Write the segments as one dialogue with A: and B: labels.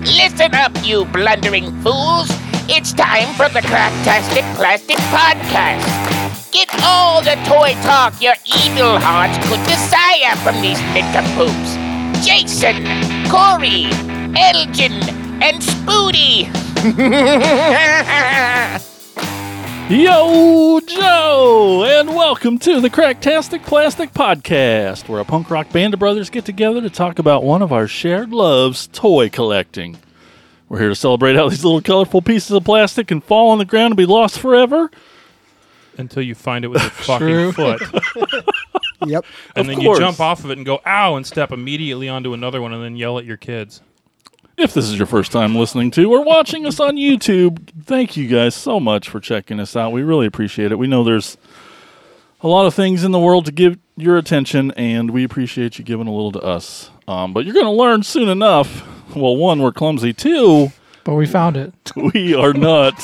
A: Listen up, you blundering fools! It's time for the Cracktastic Plastic Podcast! Get all the toy talk your evil hearts could desire from these nincompoops! Jason, Corey, Elgin, and Spoody!
B: Yo, Joe, and welcome to the Cracktastic Plastic Podcast, where a punk rock band of brothers get together to talk about one of our shared loves, toy collecting. We're here to celebrate how these little colorful pieces of plastic can fall on the ground and be lost forever.
C: until you find it with your fucking foot.
D: Yep.
C: And
B: Of
C: then
B: course.
C: you jump off of it and go, ow, and step immediately onto another one and then yell at your kids.
B: If this is your first time listening to or watching us on YouTube, thank you guys so much for checking us out. We really appreciate it. We know there's a lot of things in the world to give your attention, and we appreciate you giving a little to us. Um, but you're going to learn soon enough. Well, one, we're clumsy. Two,
D: But we found it.
B: we are not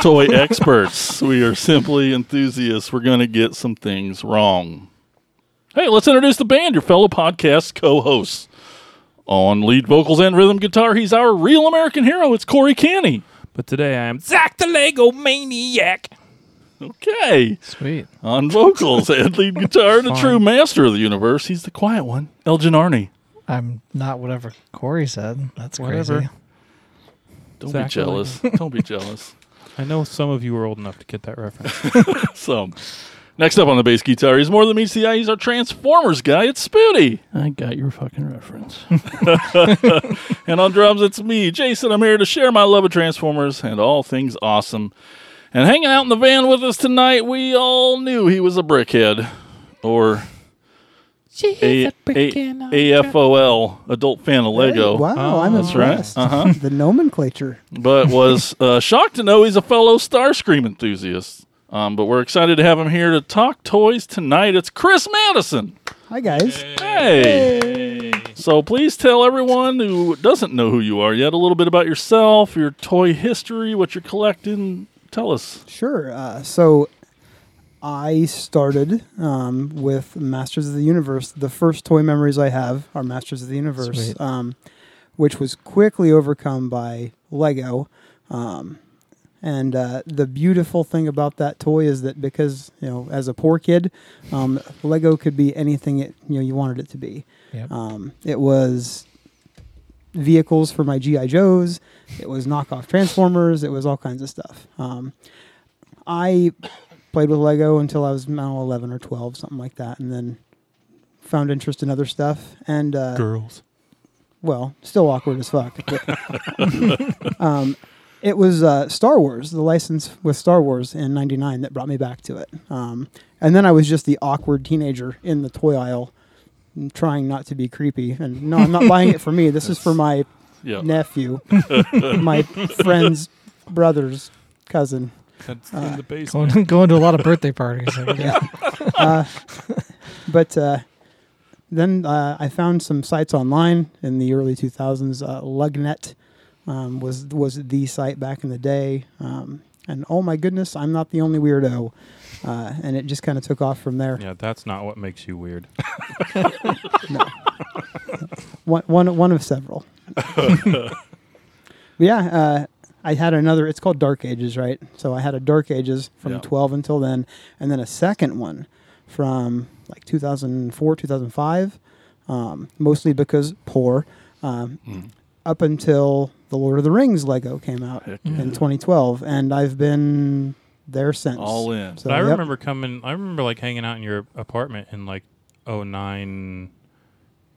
B: toy experts. We are simply enthusiasts. We're going to get some things wrong. Hey, let's introduce the band, your fellow podcast co hosts. On lead vocals and rhythm guitar, he's our real American hero. It's Corey Canny.
C: But today I am Zach the Lego Maniac.
B: Okay.
D: Sweet.
B: On vocals and lead guitar, the true master of the universe, he's the quiet one, Elgin Arney.
D: I'm not whatever Corey said. That's
C: Whatever.
D: crazy.
B: Don't be
C: Exactly.
B: jealous. Don't be jealous.
C: I know some of you were old enough to get that reference.
B: So, next up on the bass guitar, he's more than meets the eye. He's our Transformers guy. It's Spooty.
E: I got your fucking reference.
B: And on drums, it's me, Jason. I'm here to share my love of Transformers and all things awesome. And hanging out in the van with us tonight, we all knew he was a brickhead. Or a- a- AFOL, Adult Fan of Lego.
D: Wow, I'm
B: That's right.
D: impressed.
B: Uh-huh.
D: The nomenclature.
B: but was uh, shocked to know he's a fellow Starscream enthusiast. Um, but we're excited to have him here to talk toys tonight. It's Chris Madison.
D: Hi guys.
B: Hey. So please tell everyone who doesn't know who you are yet a little bit about yourself, your toy history, what you're collecting. Tell us.
D: Sure. Uh, so I started um, with Masters of the Universe. The first toy memories I have are Masters of the Universe,
E: Sweet.
D: um, which was quickly overcome by Lego. Um, and uh, the beautiful thing about that toy is that because you know, as a poor kid, um, Lego could be anything it you know you wanted it to be.
E: Yep.
D: Um, it was vehicles for my GI Joes. It was knockoff Transformers. It was all kinds of stuff. Um, I played with Lego until I was now eleven or twelve, something like that, and then found interest in other stuff. And uh,
C: Girls.
D: well, still awkward as fuck. but- um, it was uh, Star Wars, the license with Star Wars in '99 that brought me back to it. Um, and then I was just the awkward teenager in the toy aisle, trying not to be creepy. And no, I'm not buying it for me. This is for my
B: Yeah.
D: nephew, my friend's brother's cousin.
C: That's in the basement.
E: going, going to a lot of birthday parties.
D: Yeah. uh, but uh, then uh, I found some sites online in the early 2000s. Uh, Lugnet um, was was the site back in the day, um, and oh my goodness, I'm not the only weirdo. Uh, and it just kind of took off from there.
C: Yeah, that's not what makes you weird.
D: One, one, one of several. But yeah, uh, I had another. It's called Dark Ages, right? So I had a Dark Ages from
B: Yeah.
D: 12 until then, and then a second one from like 2004, 2005, um, mostly because poor, um,
C: Hmm.
D: up until the Lord of the Rings Lego came out
B: Heck
D: in 2012, and I've been there since.
B: All in.
D: So,
C: But I
D: yep.
C: remember coming, I remember like hanging out in your apartment in like 09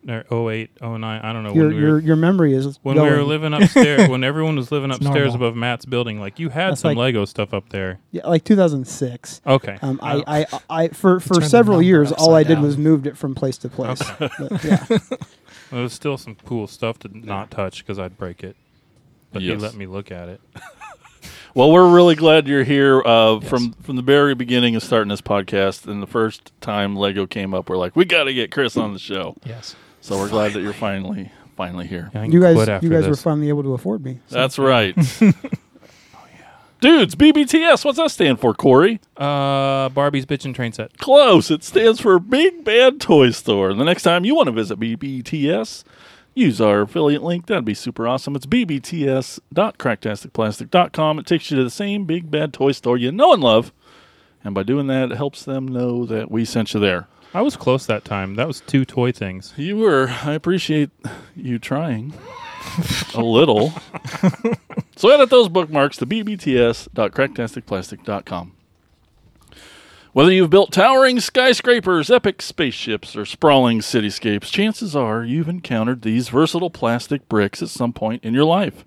C: or 08, 09. I don't know.
D: Your,
C: when we were-
D: your, your memory is
C: when
D: going.
C: we were living upstairs, when everyone was living upstairs
E: normal.
C: above Matt's building, like you had
D: That's
C: some
D: like-
C: Lego stuff up there.
D: yeah, like 2006.
C: Okay. Uh,
D: Um, I, I, I, for, for
E: turned the
D: several
E: number
D: years, all I
E: upside
D: did
E: down.
D: was moved it from place to place. But, yeah.
C: There was still some cool stuff to not touch because I'd break it. But he
B: Yes.
C: let me look at it.
B: Well, we're really glad you're here. Uh, From from the very beginning of starting this podcast, and the first time Lego came up, we're like, we got to get Chris on the show.
E: yes.
B: So we're glad that you're finally finally here.
C: I can
D: You guys,
C: quit after
D: you guys were
C: this.
D: finally able to afford me. So
B: That's right. Dudes, BBTS. What's that stand for, Corey?
C: Uh, Barbie's bitchin' train set.
B: Close. It stands for Big Bad Toy Store. The next time you want to visit BBTS, use our affiliate link. That'd be super awesome. It's bbts.cracktasticplastic.com. It takes you to the same big bad toy store you know and love. And by doing that, it helps them know that we sent you there.
C: I was close that time. That was two toy things.
B: You were. I appreciate you trying a little. so edit those bookmarks to bbts.cracktasticplastic.com. Whether you've built towering skyscrapers, epic spaceships, or sprawling cityscapes, chances are you've encountered these versatile plastic bricks at some point in your life.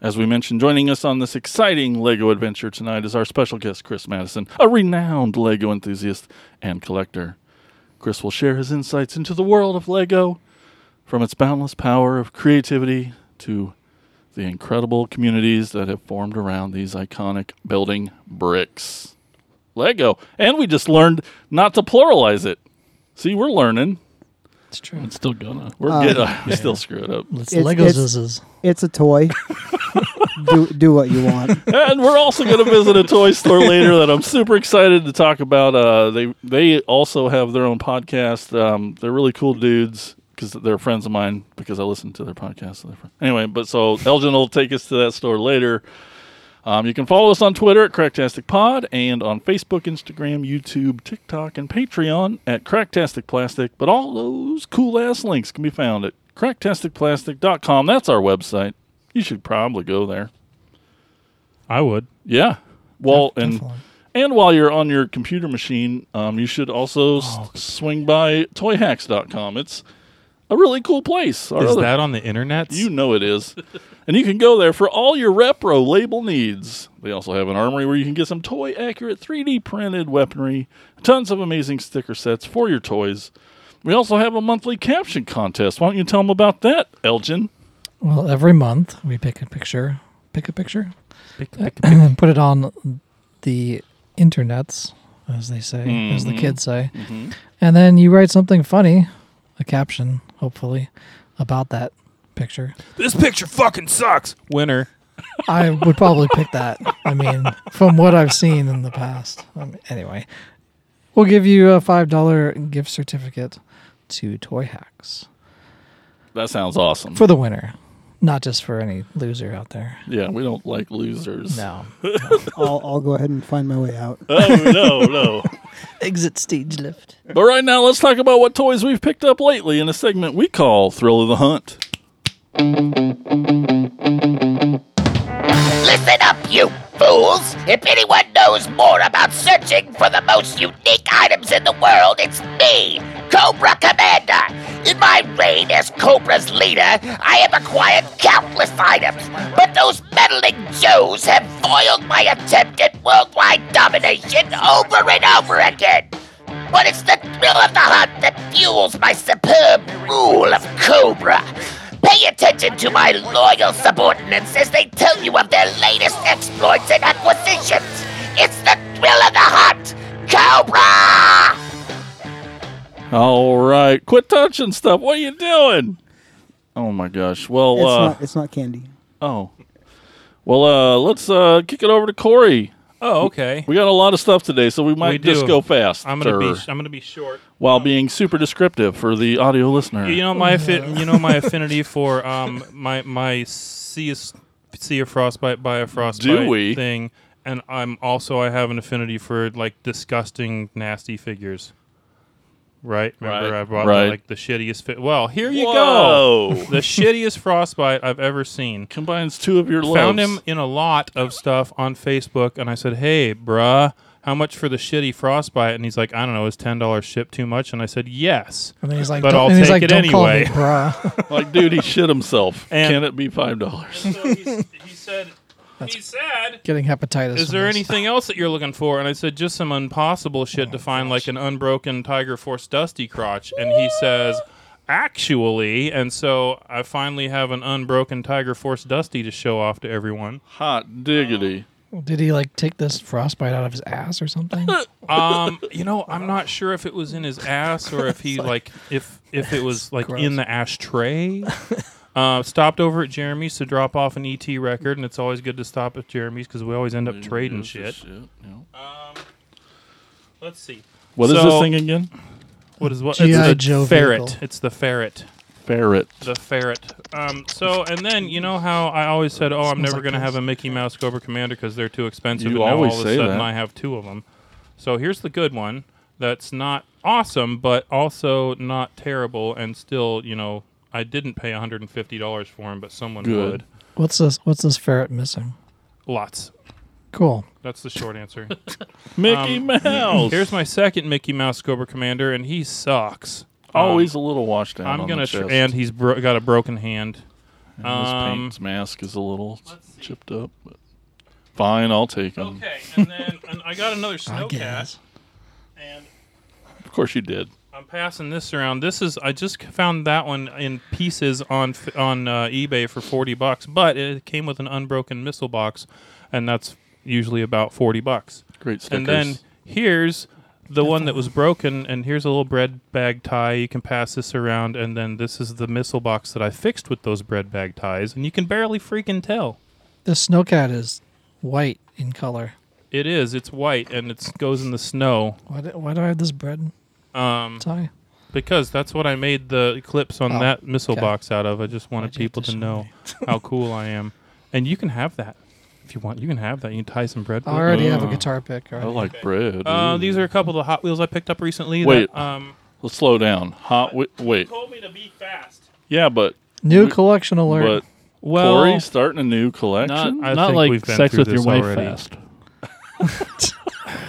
B: As we mentioned, joining us on this exciting LEGO adventure tonight is our special guest, Chris Madison, a renowned LEGO enthusiast and collector. Chris will share his insights into the world of LEGO, from its boundless power of creativity to the incredible communities that have formed around these iconic building bricks. LEGO. And we just learned not to pluralize it. See, we're learning.
E: It's true. It's still gonna.
B: We're
D: Um,
B: getting, I still screw it up.
E: It's,
D: It's-
E: Legos.
D: it's-
E: This is
D: It's a toy. do do what you want.
B: and we're also going to visit a toy store later that I'm super excited to talk about. Uh, they they also have their own podcast. Um, they're really cool dudes because they're friends of mine because I listen to their podcast. So they're friends. anyway, but so Elgin will take us to that store later. Um, you can follow us on Twitter at Cracktastic Pod and on Facebook, Instagram, YouTube, TikTok, and Patreon at Cracktastic Plastic. But all those cool ass links can be found at cracktasticplastic.com. That's our website. You should probably go there.
C: I would.
B: Yeah. Well, and
E: definitely.
B: and while you're on your computer machine, um, you should
E: Oh,
B: also s- swing by toyhacks.com. It's a really cool place. Our
C: Is
B: other-
C: that on the internet?
B: you know it is. and you can go there for all your repro label needs. They also have an armory where you can get some toy accurate 3D printed weaponry, tons of amazing sticker sets for your toys. We also have a monthly caption contest. Why don't you tell them about that, Elgin?
E: Well, every month we pick a picture, pick a picture,
C: Pick- pick-
E: and put it on the internets, as they say, as the
B: Mhm.
E: kids say. And then you write something funny, a caption, hopefully, about that picture.
C: This picture fucking sucks. Winner.
E: I would probably pick that. I mean, from what I've seen in the past. Um, anyway, we'll give you a $5 gift certificate to Toy Hacks
B: That sounds awesome.
E: for the winner, not just for any loser out there.
B: yeah, we don't like losers.
E: No.
D: I'll I'll go ahead and find my way out.
B: Oh, no, no.
E: Exit stage left.
B: But right now, let's talk about what toys we've picked up lately in a segment we call Thrill of the Hunt.
A: Listen up, you fools! If anyone knows more about searching for the most unique items in the world, it's me, Cobra Commander! In my reign as Cobra's leader, I have acquired countless items, but those meddling Joes have foiled my attempt at worldwide domination over and over again! But it's the thrill of the hunt that fuels my superb rule of Cobra. Pay attention to my loyal subordinates as they tell you of their latest exploits and acquisitions. It's the thrill of the hunt, Cobra!
B: All right, quit touching stuff. What are you doing? Oh my gosh. Well,
D: It's
B: uh,
D: not it's not candy.
B: oh, well, uh, let's uh, kick it over to Corey.
C: Oh, okay.
B: We got a lot of stuff today, so we might
C: We do.
B: just go fast.
C: I'm gonna be.
B: sir,
C: I'm gonna be short.
B: while being super descriptive for the audio listener.
C: You know my affi- You know my affinity for um my my sea is sea of frostbite by a frostbite
B: Do we?
C: thing, and I'm also I have an affinity for like disgusting nasty figures. Right. Remember
B: Right.
C: I brought
B: Right.
C: like the shittiest. Fi- well, here you
B: Whoa.
C: go. The shittiest frostbite I've ever seen.
B: combines two of your loves.
C: found him in a lot of stuff on Facebook, and I said, "Hey, bruh, how much for the shitty frostbite?" And he's like, "I don't know. Is ten dollars shipped too much?" And I said, "Yes."
E: And then he's like,
C: But
E: don't-
C: I'll
E: and he's
C: take
E: like,
C: it
E: don't call me
C: anyway.
E: bruh.
B: like, dude, he shit himself.
C: And-
B: Can it be five dollars?
C: So he's, he said, "He said."
E: Getting hepatitis.
C: Is
E: from
C: there
E: this.
C: anything else that you're looking for? And I said, just some impossible shit to find, like an unbroken Tiger Force Dusty crotch. And he says, actually. And so I finally have an unbroken Tiger Force Dusty to show off to everyone.
B: Hot diggity.
E: Did he like take this frostbite out of his ass or something?
C: Um, you know, I'm not sure if it was in his ass or if he like, if if it was like
E: gross.
C: in the ashtray. Uh, stopped over at Jeremy's to drop off an ET record, and it's always good to stop at Jeremy's because we always end up
B: Mm-hmm.
C: trading Mm, shit. Let's see.
B: What is
C: So-
B: this thing again?
C: What is what?
E: G.I.
C: It's the
E: Joe
C: ferret.
E: vehicle.
C: It's the ferret.
B: ferret.
C: the ferret. Um, so, and then you know how I always said, "Oh, I'm never
E: like
C: going to
E: this.
C: have a Mickey Mouse Cobra Commander because they're too expensive."
B: You
C: and now
B: always
C: all of
B: say
C: a sudden
B: that.
C: I have two of them. So here's the good one. That's not awesome, but also not terrible, and still, you know, I didn't pay 150 dollars for him, but someone
B: Good.
C: would.
E: What's this? What's this ferret missing?
C: Lots.
E: Cool.
C: That's the short answer.
B: Mickey Mouse.
C: Um, Here's my second Mickey Mouse Cobra Commander, and he sucks.
B: oh,
C: Um,
B: he's a little washed out.
C: I'm
B: on
C: gonna,
B: the
C: tr-
B: chest.
C: and he's bro- got a broken hand.
B: And his
C: um,
B: paint's mask is a little chipped up. But fine, I'll take him.
C: Okay, and then and I got another
E: I
C: snowcat,
E: guess.
C: and
B: Of course you did.
C: I'm passing this around. This is I just found that one in pieces on f- on uh, eBay for forty bucks, but it came with an unbroken missile box, and that's usually about forty bucks.
B: Great stickers.
C: And then here's the one that was broken, and here's a little bread bag tie. You can pass this around, and then this is the missile box that I fixed with those bread bag ties, and you can barely freaking tell.
E: The snowcat is white in color.
C: It is. It's white, and it goes in the snow.
E: Why do, why do I have this bread
C: Um,
E: tie?
C: Because that's what I made the clips on
E: Oh,
C: that missile
E: okay.
C: box out of. I just wanted
E: Why'd you
C: people to
E: just
C: know how cool I am. And you can have that if you want. You can have that. You can tie some bread.
E: I
C: with it.
E: already have a
B: Oh.
E: guitar pick.
B: I
E: Already.
B: like bread.
C: Uh,
B: Ooh.
C: these are a couple of the Hot Wheels I picked up recently.
B: Wait.
C: That, um,
B: Let's slow down. Hot. Wi- wait.
C: told me to be fast.
B: Yeah, but
E: New collection alert.
B: but
C: Well,
B: Corey's starting a new collection.
C: I
F: Not, not
C: think
F: like
C: we've been
F: sex
C: through
F: with your
C: this
F: wife
C: already.
F: fast.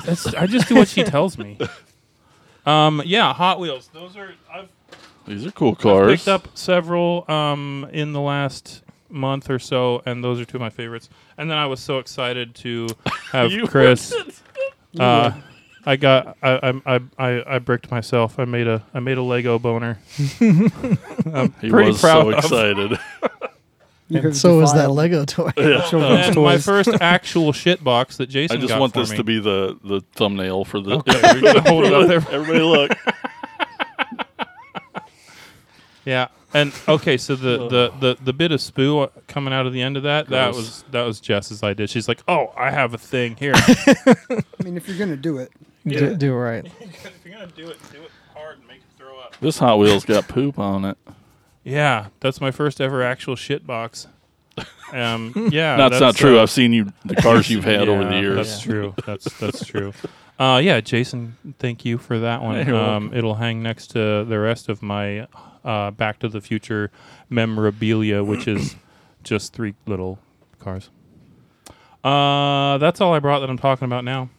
C: that's- I just do what she tells me. Um, yeah, Hot Wheels. Those are I've
B: These are cool
C: I've
B: cars.
C: picked up several um, in the last month or so, and those are two of my favorites. And then I was so excited to have
B: You
C: Chris. Uh, I got I, I I I I bricked myself. I made a I made a Lego boner.
B: he
C: pretty
B: was
C: proud
B: so
C: of.
B: excited.
D: You could
E: so is that
D: defile
E: Lego toy.
D: children's
C: and my
D: toys.
C: first actual shit box that
B: I
C: Jason
B: just
C: got
B: want
C: for
B: this
C: me.
B: to be the, the thumbnail for the.
C: Okay, we gotta hold it up there.
B: Everybody look.
C: Yeah. And okay, so the, the, the, the bit of spoo coming out of the end of that that
B: Gross.
C: was that was Jess's idea. She's like, "Oh, I have a thing here.
D: I mean, if you're gonna do it,
E: Do, do it right.
C: if you're gonna do it, do it hard and make it throw up."
B: This Hot Wheels got poop on it.
C: Yeah, that's my first ever actual shit box. Um, yeah,
B: That's, not true.
C: uh,
B: I've seen you the cars you've had over the
C: yeah,
B: years.
C: That's true. That's that's true. Uh, yeah, Jason, thank you for that one.
B: You're
C: Um, it'll hang next to the rest of my uh, Back to the Future memorabilia, which is just three little cars. Uh, that's all I brought that I'm talking about now.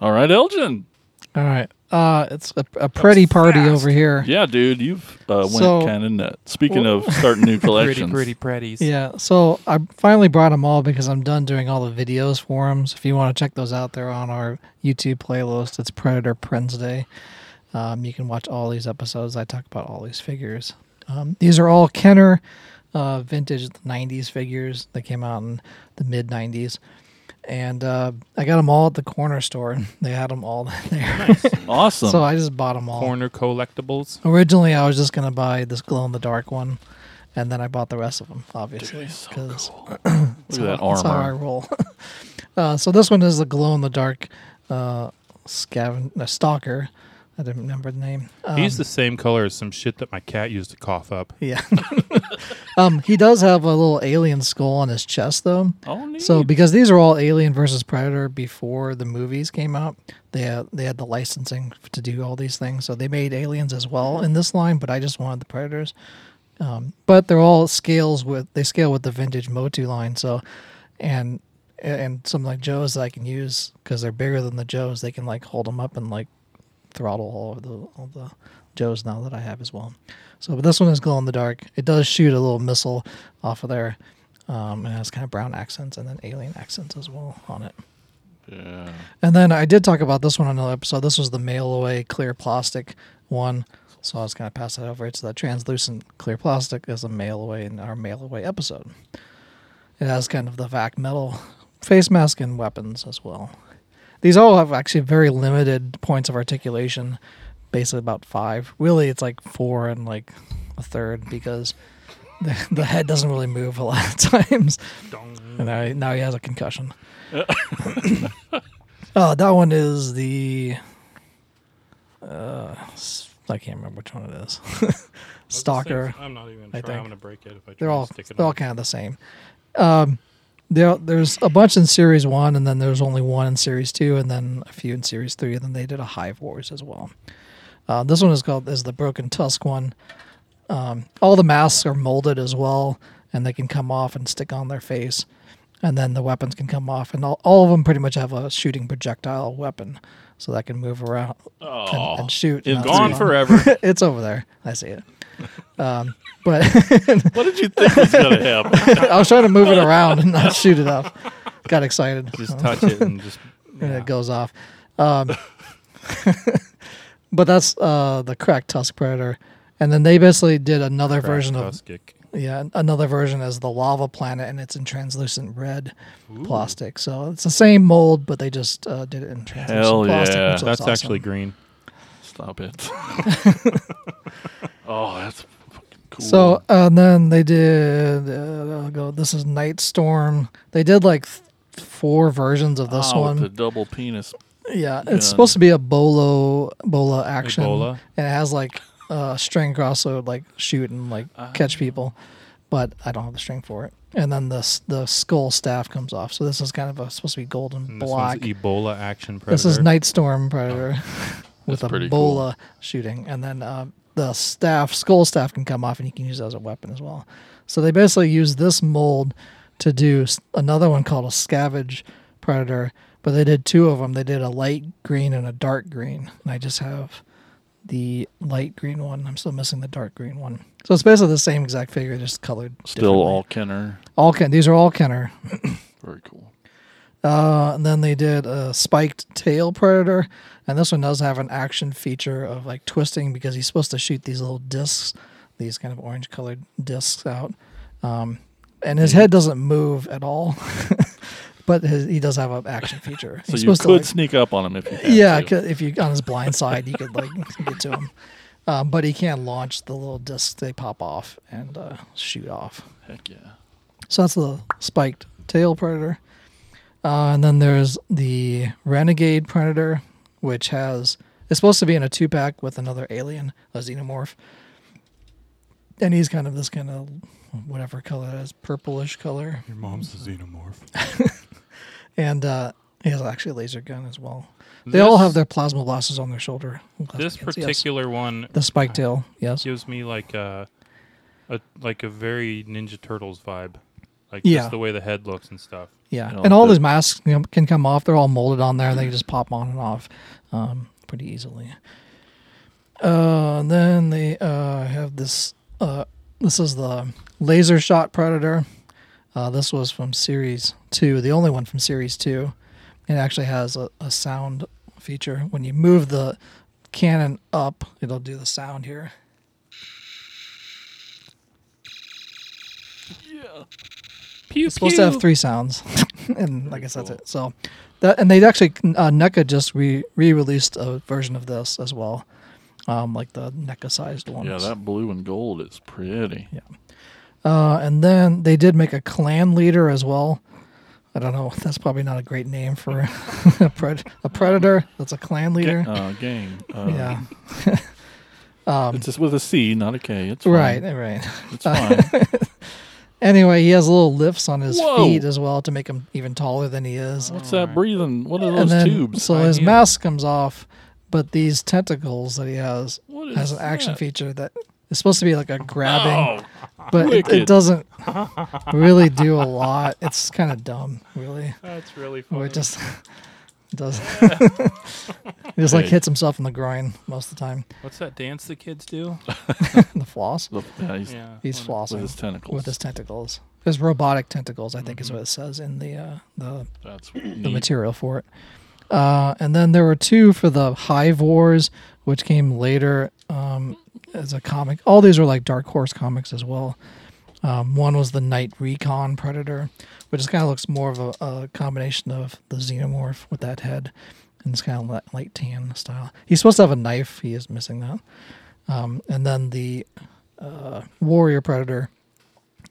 B: All right, Elgin.
E: All right. Uh, it's a, a pretty party over here.
B: Yeah, dude, you've uh, went
E: So-
B: kind of nut. Speaking of starting new
C: Pretty,
B: collections,
C: pretty, pretties.
E: Yeah, so I finally brought them all because I'm done doing all the videos for them. So if you want to check those out, they're on our YouTube playlist. It's Predator Wednesday. Um, you can watch all these episodes. I talk about all these figures. Um, these are all Kenner uh, vintage 90s figures that came out in the mid 90s. And uh, I got them all at the corner store. They had them all there.
B: awesome.
E: so I just bought them all.
C: Corner collectibles.
E: Originally, I was just gonna buy this glow in the dark one, and then I bought the rest of them, obviously, because
B: Look at that
E: that's how I
B: armor.
E: roll. uh, so this one is the glow in the dark uh, scaven- uh, stalker. I didn't remember the name. Um,
C: He's the same color as some shit that my cat used to cough up.
E: yeah. um, he does have a little alien skull on his chest, though.
B: Oh, neat.
E: So because these are all Alien versus Predator before the movies came out, they had, they had the licensing to do all these things. So they made aliens as well in this line, but I just wanted the Predators. Um, but they're all scales with they scale with the vintage Motu line. So and and something like Joes that I can use because they're bigger than the Joes, they can like hold them up and like throttle all of the all the Joes now that I have as well. So, but this one is glow in the dark. It does shoot a little missile off of there, um, and it has kind of brown accents and then alien accents as well on it.
B: yeah.
E: And then I did talk about this one on another episode. This was the mail away clear plastic one. So I was going to pass that over. It's the translucent clear plastic is a mail away in our mail away episode. It has kind of the vac metal face mask and weapons as well. These all have actually very limited points of articulation, basically about five. Really, it's like four and like a third because the, the head doesn't really move a lot of times. And now he, now he has a concussion. Oh, that one is the. Uh, s- I can't remember which one it is. Stalker.
C: I'm not even gonna
E: I
C: try. I'm
E: think.
C: gonna break it if I try
E: They're
C: to
E: all
C: stick it
E: they're all
C: on.
E: kind of the same. Um, there there's a bunch in series one, and then there's only one in series two, and then a few in series three, and then they did a Hive Wars as well. Uh, this one is called is the Broken Tusk one. Um, all the masks are molded as well, and they can come off and stick on their face, and then the weapons can come off, and all, all of them pretty much have a shooting projectile weapon, so that can move around and, and shoot.
B: it's
E: Uh,
C: Gone
E: it's
C: forever.
E: it's over there. I see it. Um, but
B: What did you think was going to happen?
E: I was trying to move it around and not shoot it up. Got excited.
C: just touch it and just.
E: and it goes off. Um, but that's uh, the cracked tusk predator. And then they basically did another version of
C: Tuskic.
E: yeah, another version as the lava planet, and it's in translucent red plastic. So it's the same mold, but they just uh, did it in translucent
B: Hell
E: plastic.
B: yeah.
E: which looks
C: That's
E: awesome.
C: actually green.
B: Stop it. oh, that's fucking cool.
E: So uh, and then they did. Uh, I'll go. This is Night Storm. They did like th- four versions of this
B: Ah,
E: one.
B: with the double penis.
E: Yeah,
B: gun.
E: it's supposed to be a bolo bola action.
C: Ebola?
E: And it has like uh, string cross, so it would, like shoot and like
C: Ah.
E: catch people. But I don't have the string for it. And then the s- the skull staff comes off. So this is kind of a, supposed to be golden
C: And This
E: black.
C: one's Ebola action predator.
E: This is Night Storm Predator with a
B: Oh, pretty
E: bola
B: cool.
E: shooting, and then uh, the staff, skull staff, can come off, and you can use it as a weapon as well. So they basically use this mold to do s- another one called a Scavenge Predator, but they did two of them. They did a light green and a dark green, and I just have the light green one. I'm still missing the dark green one. So it's basically the same exact figure, just colored.
B: Still
E: differently.
B: all Kenner.
E: all Ken. These are all Kenner.
B: Very cool.
E: Uh, and then they did a spiked tail predator, and this one does have an action feature of like twisting because he's supposed to shoot these little discs, these kind of orange colored discs out. Um, and
B: Hmm.
E: his head doesn't move at all, but his, he does have an action feature.
B: So
E: He's
B: you
E: supposed
B: could
E: to, like-
B: sneak up on him if you had
E: yeah,
B: to.
E: c- if you on his blind side, you could like get to him, um, but he can't launch the little discs. They pop off and uh, shoot off.
B: Heck yeah.
E: So that's the spiked tail predator. Uh, and then there's the renegade predator, which has it's supposed to be in a two pack with another alien, a xenomorph. And he's kind of this kind of whatever color that is, purplish color.
C: Your mom's a xenomorph.
E: And uh, he has actually a laser gun as well. They all
C: This-
E: have their plasma blasters on their shoulder. Plasma
C: This
E: guns, yes.
C: particular one
E: The spike tail, yes.
C: gives me like a, a like a very Ninja Turtles vibe, like
E: Yeah.
C: just the way the head looks and stuff.
E: Yeah,
B: know,
E: and all
B: the-
E: these masks you know, can come off. They're all molded on there. and They can just pop on and off um, pretty easily. Uh, and then they uh, have this. Uh, this is the laser shot predator. Uh, this was from series two, the only one from series two. It actually has a, a sound feature. When you move the cannon up, it'll do the sound here.
C: Pew,
E: It's supposed to have three sounds, and I guess that's it. So, that and they actually uh, NECA just re re released a version of this as well, um, like the NECA sized ones.
B: Yeah, that blue and gold is pretty.
E: uh, and then they did make a clan leader as well. I don't know. That's probably not a great name for a, pred- a predator. That's a clan leader.
B: Uh, game. Uh,
E: yeah, Um,
B: It's just with a C, not a K. It's fine.
E: right, right.
B: It's fine.
E: Anyway, he has little lifts on his
B: Whoa.
E: feet as well to make him even taller than he is.
B: What's that breathing? What are those
E: and then,
B: tubes?
E: So
C: I
E: his
C: knew.
E: mask comes off, but these tentacles that he has
B: What
E: has
B: is
E: an action
B: that?
E: feature that is supposed to be like a grabbing,
B: Oh,
E: but it,
B: wicked.
E: it doesn't really do a lot. It's kind of dumb, really.
C: That's really
E: Where
C: funny.
E: Oh, it just does. he just like
B: Hey.
E: hits himself in the groin most of the time.
C: What's that dance the kids do?
E: The floss.
B: the, yeah, he's
C: yeah,
E: He's
C: one
E: flossing
B: with his tentacles.
E: with his tentacles. His robotic tentacles, I
B: Mm-hmm.
E: think, is what it says in the uh, the
B: That's
E: the
B: neat.
E: material for it. Uh, and then there were two for the Hive Wars, which came later um, as a comic. All these were like Dark Horse comics as well. Um, one was the Night Recon Predator, which kind of looks more of a, a combination of the Xenomorph with that head and it's kind of light, light tan style. He's supposed to have a knife. He is missing that. Um, and then the uh, Warrior Predator,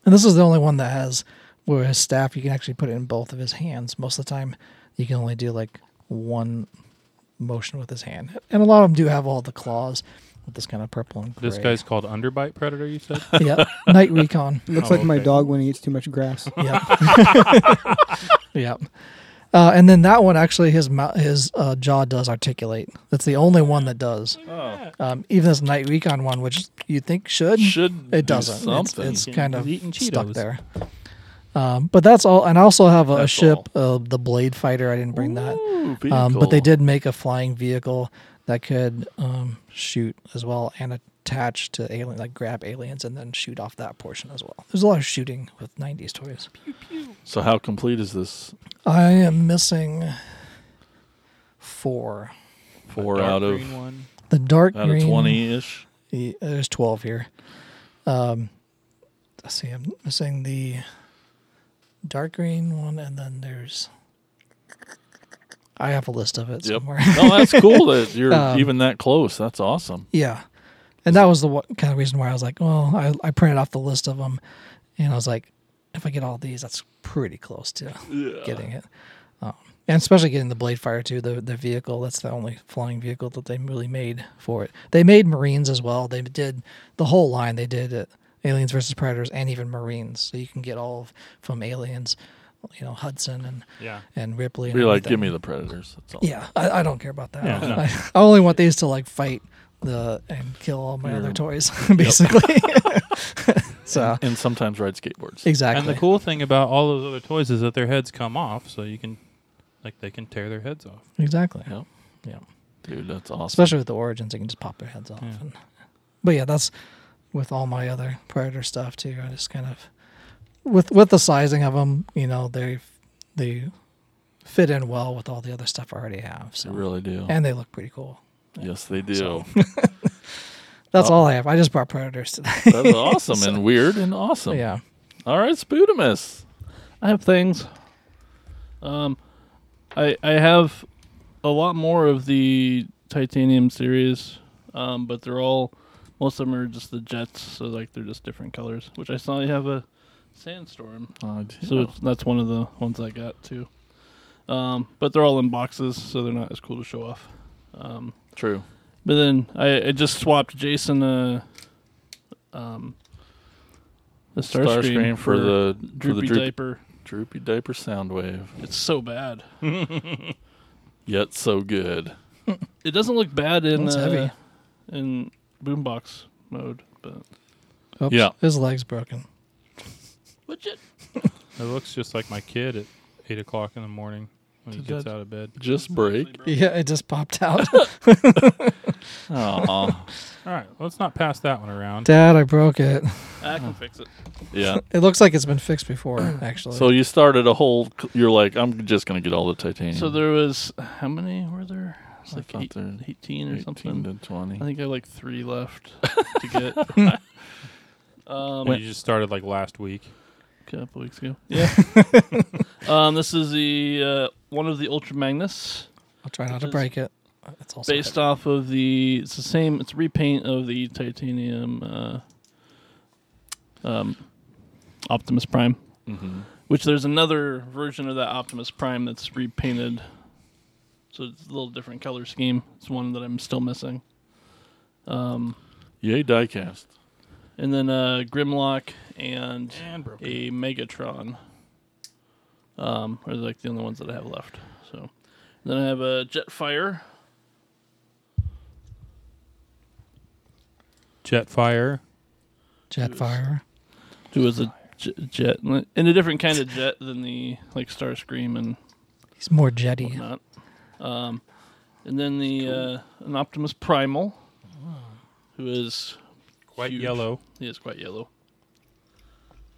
E: and this is the only one that has where his staff you can actually put it in both of his hands. Most of the time, you can only do like one motion with his hand, and a lot of them do have all the claws. with this kind of purple and gray.
C: This guy's called Underbite Predator. You said
E: yeah, Night Recon.
D: Looks
C: Oh,
D: like my
C: okay.
D: dog when he eats too much grass.
E: Yeah, yeah. Uh, and then that one actually, his mou- his uh, jaw does articulate. That's the only one that does. Um, even this Night Recon one, which you think should
B: Should
E: it
B: do
E: doesn't. It's,
B: something.
E: it's kind of
C: He's eating
E: stuck
C: Cheetos.
E: there. Um, but that's all. And I also have a, a
B: That's
E: ship, uh, the Blade Fighter. I didn't bring that.
B: Ooh,
E: Um, but
B: vehicle.
E: they did make a flying vehicle that could um, shoot as well and attach to alien, like grab aliens and then shoot off that portion as well. There's a lot of shooting with 90s toys.
B: So how complete is this?
E: I am missing four.
B: Four
C: Dark
B: out of
C: green one.
E: The dark
B: out
E: green.
B: of twenty ish.
E: y- uh, There's 12 here. Um, let's see. I'm missing the dark green one, and then there's. I have a list of it
B: Yep.
E: somewhere.
B: no, that's cool that you're
E: Um,
B: even that close. That's awesome.
E: Yeah. And that was the one, kind of reason why I was like, well, I, I printed off the list of them. And I was like, if I get all these, that's pretty close to getting it. Um, and especially getting the Blade Fire, too, the, the vehicle. That's the only flying vehicle that they really made for it. They made Marines as well. They did the whole line. They did it Aliens versus Predators and even Marines. So you can get all of, from Aliens, you know, Hudson and,
C: Yeah.
E: and Ripley. And
B: You're like,
E: everything.
B: give me the predators. That's all.
E: Yeah, I, I don't care about that.
C: Yeah, no.
E: I, I only want these to like fight the and kill all my other toys, basically. so
B: And sometimes ride skateboards.
E: exactly.
C: And the cool thing about all those other toys is that their heads come off, so you can, like, they can tear their heads off.
E: Exactly.
B: Yep.
E: Yeah.
B: Dude, that's awesome.
E: Especially with the origins, they can just pop their heads off. And, but yeah, that's with all my other predator stuff too. I just kind of with with the sizing of them, you know, they they fit in well with all the other stuff I already have.
B: they
E: So
B: really do.
E: and they look pretty cool.
B: yes, they do.
E: That's all I have. I just brought predators today.
B: That's awesome and weird and awesome.
E: yeah.
B: All right, Spootimus.
F: I have things. Um, I I have a lot more of the titanium series, um, but they're all most of them are just the jets, so like they're just different colors. Which I saw you have a sandstorm, so it's, that's one of the ones I got too. Um, but they're all in boxes, so they're not as cool to show off. Um,
B: True.
F: but then I, I just swapped Jason uh, um, the Starscream,
B: Starscreen for, the for the
F: droopy
B: droop-
F: diaper.
B: droopy diaper sound wave.
F: It's so bad.
B: Yet so good.
F: It doesn't look bad in
E: That's
F: uh,
E: heavy.
F: in boombox mode, but
E: Oops,
B: Yeah.
E: His leg's broken.
F: legit.
C: It looks just like my kid at eight o'clock in the morning when he
B: Did
C: gets
B: that-
C: out of bed.
B: Just break.
E: Yeah, it just popped out.
B: Aw.
C: All right, let's not pass that one around.
E: Dad, I broke it.
F: I can fix it.
B: yeah.
E: It looks like it's been fixed before, actually.
B: So you started a whole. c- You're like, I'm just gonna get all the titanium.
F: So there was how many were there? It's like
B: thought
F: eight-
B: there-
F: 18 or
B: 18
F: something.
B: to 20.
F: I think I have like three left to get. um,
C: And you just started like last week.
F: couple weeks ago. Yeah. um, this is the uh, one of the Ultra Magnus,
E: I'll try not to
F: Just
E: break it. It's also
F: based off of the. It's the same. It's a repaint of the titanium uh, um, Optimus Prime,
B: Mhm.
F: which there's another version of that Optimus Prime that's repainted. So it's a little different color scheme. It's one that I'm still missing. Um,
B: Yay, diecast.
F: and then uh, Grimlock and
C: And broken.
F: a Megatron. Um, are like the only ones that I have left. So, then I have a Jetfire.
C: Jetfire.
E: Jetfire.
F: Who was a j- jet and a different kind of jet than the like Starscream and
E: He's more jetty.
F: whatnot. Um, and then the uh, an Optimus Primal, who is
C: Quite
F: Huge.
C: yellow.
F: he is quite yellow.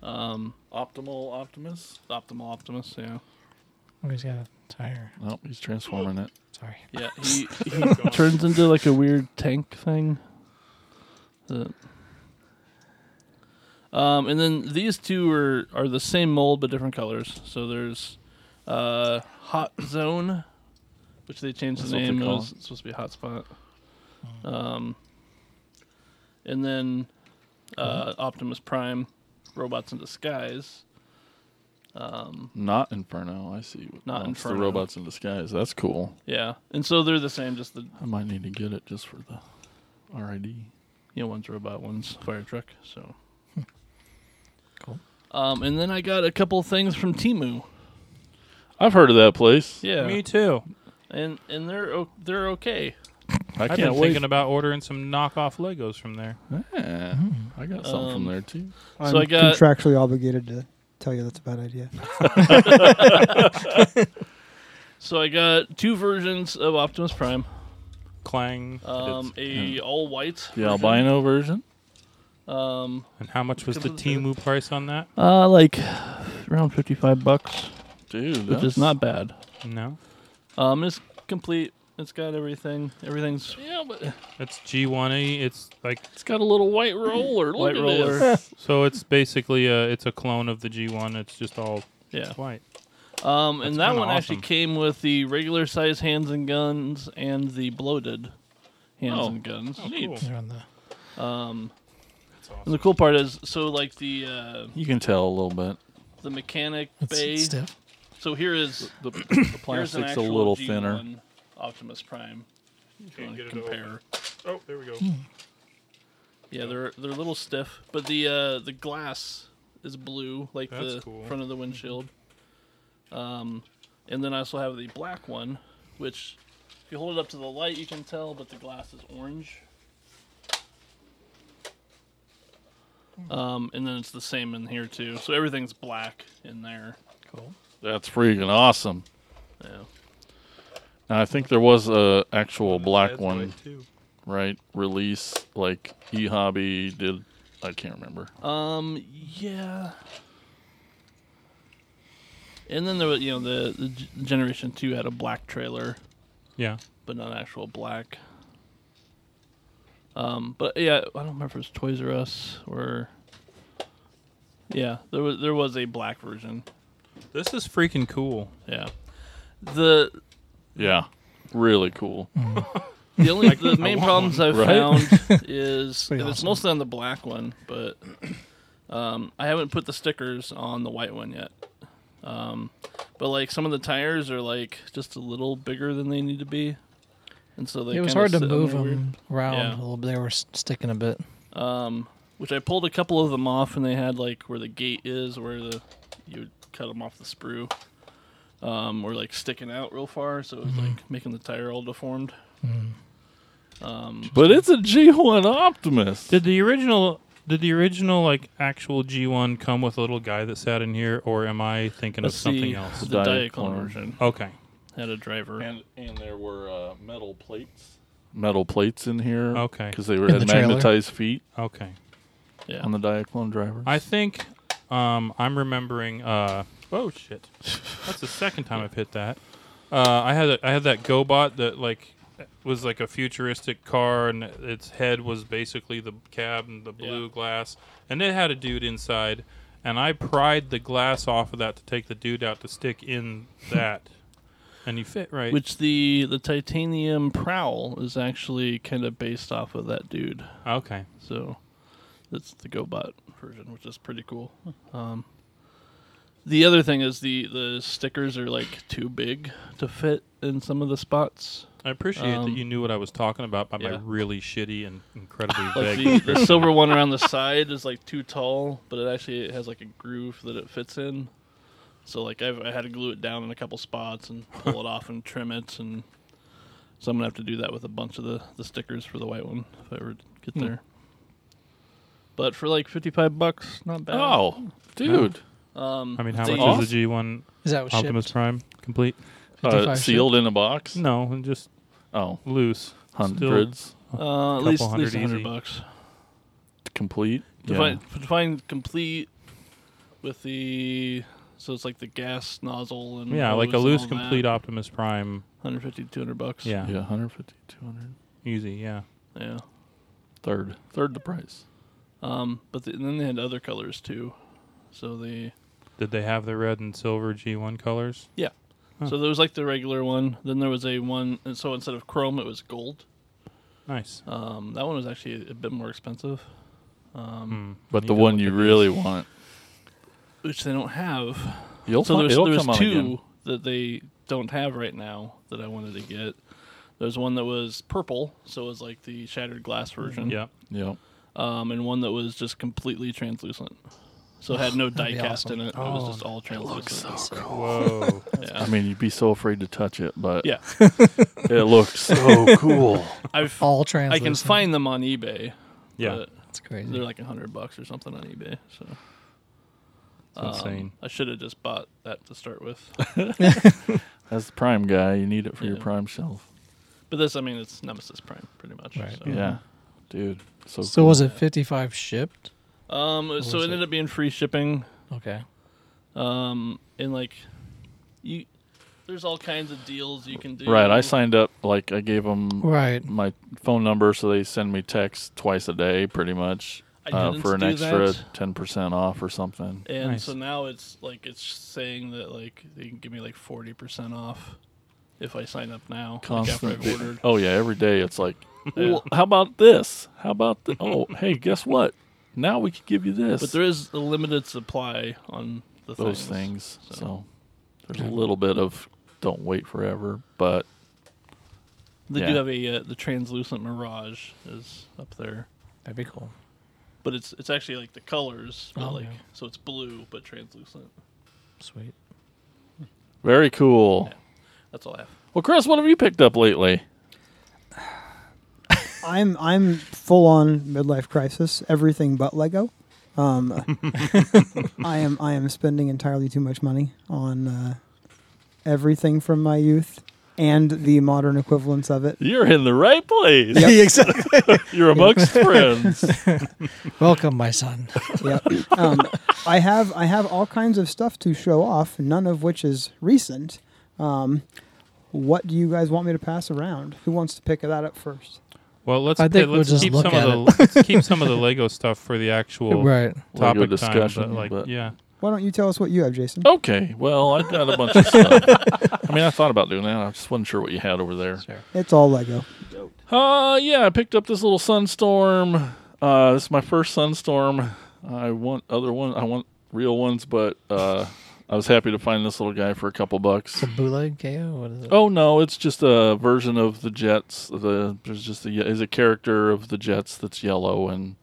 F: Um,
B: Optimal Optimus.
F: Optimal Optimus, yeah,
E: Oh, he's got a tire.
B: Nope, he's transforming it.
E: Sorry.
F: yeah. He, he turns into like a weird tank thing. The- um, and then these two are are the same mold but different colors. So there's uh, Hot Zone, which they changed
B: That's
F: the
B: what they
F: name. It
B: call
F: was supposed to be Hot Spot. Um, and then uh, Optimus Prime, Robots in Disguise. Um,
B: Not Inferno. I see. Oh,
F: Not
B: it's
F: Inferno.
B: The robots in disguise. That's cool.
F: yeah, and so they're the same, just the
B: I might need to get it just for the
F: R.I.D. Yeah, one's robot, one's fire truck. So
E: Cool.
F: Um, and then I got a couple things from Timu.
B: I've heard of that place.
F: Yeah,
C: Me too.
F: and and they're o- they're okay.
B: I
C: I've
B: can't
C: been
B: wait.
C: thinking about ordering some knockoff Legos from there.
B: Yeah,
C: Hmm.
B: I got something
F: Um,
B: from there too.
D: I'm
F: So I got
D: contractually obligated to tell you that's a bad idea.
F: so I got two versions of Optimus Prime.
C: Clang.
F: Um, a all white.
B: The albino version.
F: Um,
C: and how much was the
F: Couple of the-
C: Timu price on that?
F: uh, like around fifty-five bucks,
B: Dude,
F: which is not bad.
C: No.
F: Um, it's complete. It's got everything. Everything's
B: Yeah, but
C: It's G1E. It's like
B: it's got a little white roller. Look
F: white
B: at
F: roller.
B: this.
C: so. It's basically a. It's a clone of the G1. It's just all
F: yeah.
C: white.
F: Um, and
C: That's
F: that
C: kinda
F: one actually
C: awesome.
F: came with the regular size hands and guns and the bloated hands
B: Oh.
F: and guns.
C: Cool.
E: They're on the
F: Um,
C: That's
F: and
C: awesome.
F: the cool part is, so like the uh,
B: You can tell a little bit.
F: the mechanic
E: it's
F: bay.
E: stiff.
F: So here is
B: The, the
F: here's an
B: plastic's a
F: actual
B: little
F: G1
B: thinner.
F: Optimus Prime. If
C: Okay,
F: you want
C: get
F: to
C: it over.
F: compare.
C: Oh, there we go.
F: Yeah, they're they're a little stiff, but the uh, the glass is blue, like
C: That's
F: the
C: cool.
F: front of the windshield. Um, and then I also have the black one, which if you hold it up to the light, you can tell, but the glass is orange.
B: Hmm.
F: Um, and then it's the same in here too. So everything's black in there.
E: Cool.
B: That's freaking awesome.
F: Yeah.
B: And I think there was a actual black
C: That's
B: one,
C: white, too.
B: right? Release like E Hobby did. I can't remember.
F: Um. Yeah. And then there was, you know, the, the G- Generation Two had a black trailer,
C: Yeah.
F: but not actual black. Um. But yeah, I don't remember if it was Toys R Us or. Yeah, there was there was a black version.
C: This is freaking cool.
F: Yeah. The
B: Yeah, really cool.
F: the only the main
C: want
F: problems I've
B: right?
F: found is
E: Pretty
F: and it's
E: awesome.
F: mostly on the black one, but um, I haven't put the stickers on the white one yet. Um, but like some of the tires are like just a little bigger than they need to be, and so they
E: it was
F: kinda
E: hard to
F: sit on
E: move
F: there
E: them
F: weird.
E: around
F: Yeah.
E: a little bit. They were s- sticking a bit.
F: Um, which I pulled a couple of them off, and they had like where the gate is, where the you would cut them off the sprue, um, were like sticking out real far, so it was like making the tire all deformed.
B: But it's a G1 Optimus.
C: Did the original? Did the original like actual G1 come with a little guy that sat in here, or am I thinking
F: Let's
C: of something
F: see,
C: else?
F: The
B: Diaclone.
F: Diaclone version.
C: Okay.
F: had a driver.
B: and and there were uh, metal plates. Metal plates in here.
C: Okay.
B: Because they were
E: In
B: had
E: the trailer.
B: magnetized feet
C: Okay.
F: yeah.
B: on the Diaclone drivers.
C: I think um, I'm remembering. Uh, oh shit! That's the second time I've hit that. Uh, I had a, I had that GoBot that like was like a futuristic car, and its head was basically the cab and the blue
F: Yeah.
C: glass, and it had a dude inside, and I pried the glass off of that to take the dude out to stick in that, and he fit right.
F: Which the the titanium prowl is actually kind of based off of that dude.
C: okay,
F: So that's the GoBot version, which is pretty cool. Um, the other thing is the the stickers are like too big to fit in some of the spots.
C: I appreciate that
F: Um,
C: you knew what I was talking about by my
F: yeah.
C: really shitty and incredibly
F: Like
C: vague.
F: the, the silver one around the side is like too tall, but it actually has like a groove that it fits in. So like I've, I had to glue it down in a couple spots and pull it off and trim it, and so I'm gonna have to do that with a bunch of the, the stickers for the white one if I ever get
C: Hmm.
F: there. But for like 55 bucks, not bad.
B: oh, dude,
F: um,
C: I mean, how
F: the-
C: much is the G1
E: Is that what
C: Optimus
E: shipped?
C: Prime complete?
B: uh,
E: 55
B: sealed in a box.
E: Uh,
F: Mm.
C: No, and just
B: Oh,
C: loose.
B: hundreds
F: Uh, at least,
C: Couple
F: at least
C: hundred
F: 100
C: easy.
F: bucks.
B: complete.
F: To
B: Yeah.
F: find, to find complete with the. So it's like the gas nozzle
B: Hmm.
F: and.
B: Oh,
C: Yeah, like a
F: hose and
C: loose
F: all that.
C: complete Optimus Prime.
F: 150, 200 bucks.
C: Yeah.
B: Yeah, 150, 200,
C: Easy, yeah.
F: Yeah.
B: third, third the price.
F: Um, but the, and then they had other colors too. So the
C: Did they have the red and silver G1 colors?
F: yeah. So there was like the regular one. Then there was a one, and so instead of chrome, it was gold.
C: Nice.
F: Um, that one was actually a, bit more expensive,
C: Hmm,
B: But the one you really want,
F: which they don't have.
B: you'll
F: so
B: find,
F: there's
B: it'll
F: there's
B: come out
F: two
B: again.
F: that they don't have right now that I wanted to get. There's one that was purple, so it was like the shattered glass
B: hmm.
F: version.
C: Yeah.
B: Yep.
F: Um, and one that was just completely translucent. So it had no die
E: be
F: cast
E: awesome. Oh,
F: in it. it was just all translucent.
C: Whoa.
F: yeah.
B: I mean, you'd be so afraid to touch it, but
F: yeah.
B: it looked so cool.
F: I've
E: All
F: I
E: translucent.
F: can find them on eBay.
C: yeah.
F: but
E: That's crazy.
F: They're like a hundred bucks or something on eBay. So
B: um,
C: It's insane.
F: I should have just bought that to start with.
B: That's the prime guy. You need it for your
F: Yeah.
B: prime shelf.
F: But this, I mean, it's Nemesis Prime, pretty much.
E: Right.
F: So.
B: Yeah, dude. So
E: so
B: cool.
E: was it 55 shipped?
F: Um. So
E: was
F: it
E: it?
F: ended up being free shipping.
E: Okay.
F: Um. And like, you, there's all kinds of deals you can do.
B: right. I signed up. Like I gave them
E: Right.
B: my phone number, so they send me texts twice a day, pretty much,
F: I
B: uh,
F: didn't
B: for an
F: do
B: extra
F: that.
B: ten percent off or something.
F: And
C: Nice.
F: so now it's like it's saying that like they can give me like forty percent off if I sign up now. Like after I've
B: Constantly.
F: ordered.
B: Oh yeah, every day it's like,
F: Yeah.
B: well, how about this? How about the? Oh, hey, guess what? Now we can give you this.
F: But there is a limited supply on the
B: those
F: things.
B: things. So,
F: so.
B: there's a little bit of don't wait forever, but
F: They
B: Yeah.
F: do have a uh, the translucent mirage is up there,
E: That'd be cool.
F: but it's it's actually like the colors, but
E: Oh,
F: like
E: yeah.
F: so it's blue but translucent.
E: Sweet.
B: very cool.
F: That's all I have.
B: Well, Chris, what have you picked up lately?
D: I'm I'm full on midlife crisis. Everything but Lego. Um, I am I am spending entirely too much money on uh, everything from my youth and the modern equivalents of it.
B: You're in the right place.
E: exactly.
B: You're amongst friends.
E: Welcome, my son.
D: yep. Um, I have I have all kinds of stuff to show off, none of which is recent. Um, what do you guys want me to pass around? Who wants to pick that up first?
C: Well, let's
E: I
C: pay-
E: think we'll
C: let's
E: just
C: keep
E: look
C: some
E: at
C: of the let's keep some of the Lego stuff for the actual
E: Right.
C: topic
B: Lego
C: time,
B: discussion,
C: but, like
B: but-
C: yeah.
D: Why don't you tell us what you have, Jason?
F: Oh.
B: Okay, well, I got a bunch of stuff. I mean, I thought about doing that. I just wasn't sure what you had over there.
D: It's all Lego.
B: Uh, yeah, I picked up this little sunstorm. Uh, this is my first sunstorm. I want other one. I want real ones, but uh, I was happy to find this little guy for a couple bucks.
E: Bootleg KO? What is it?
B: Oh no, it's just a version of the Jets. The there's just a is a character of the Jets that's yellow and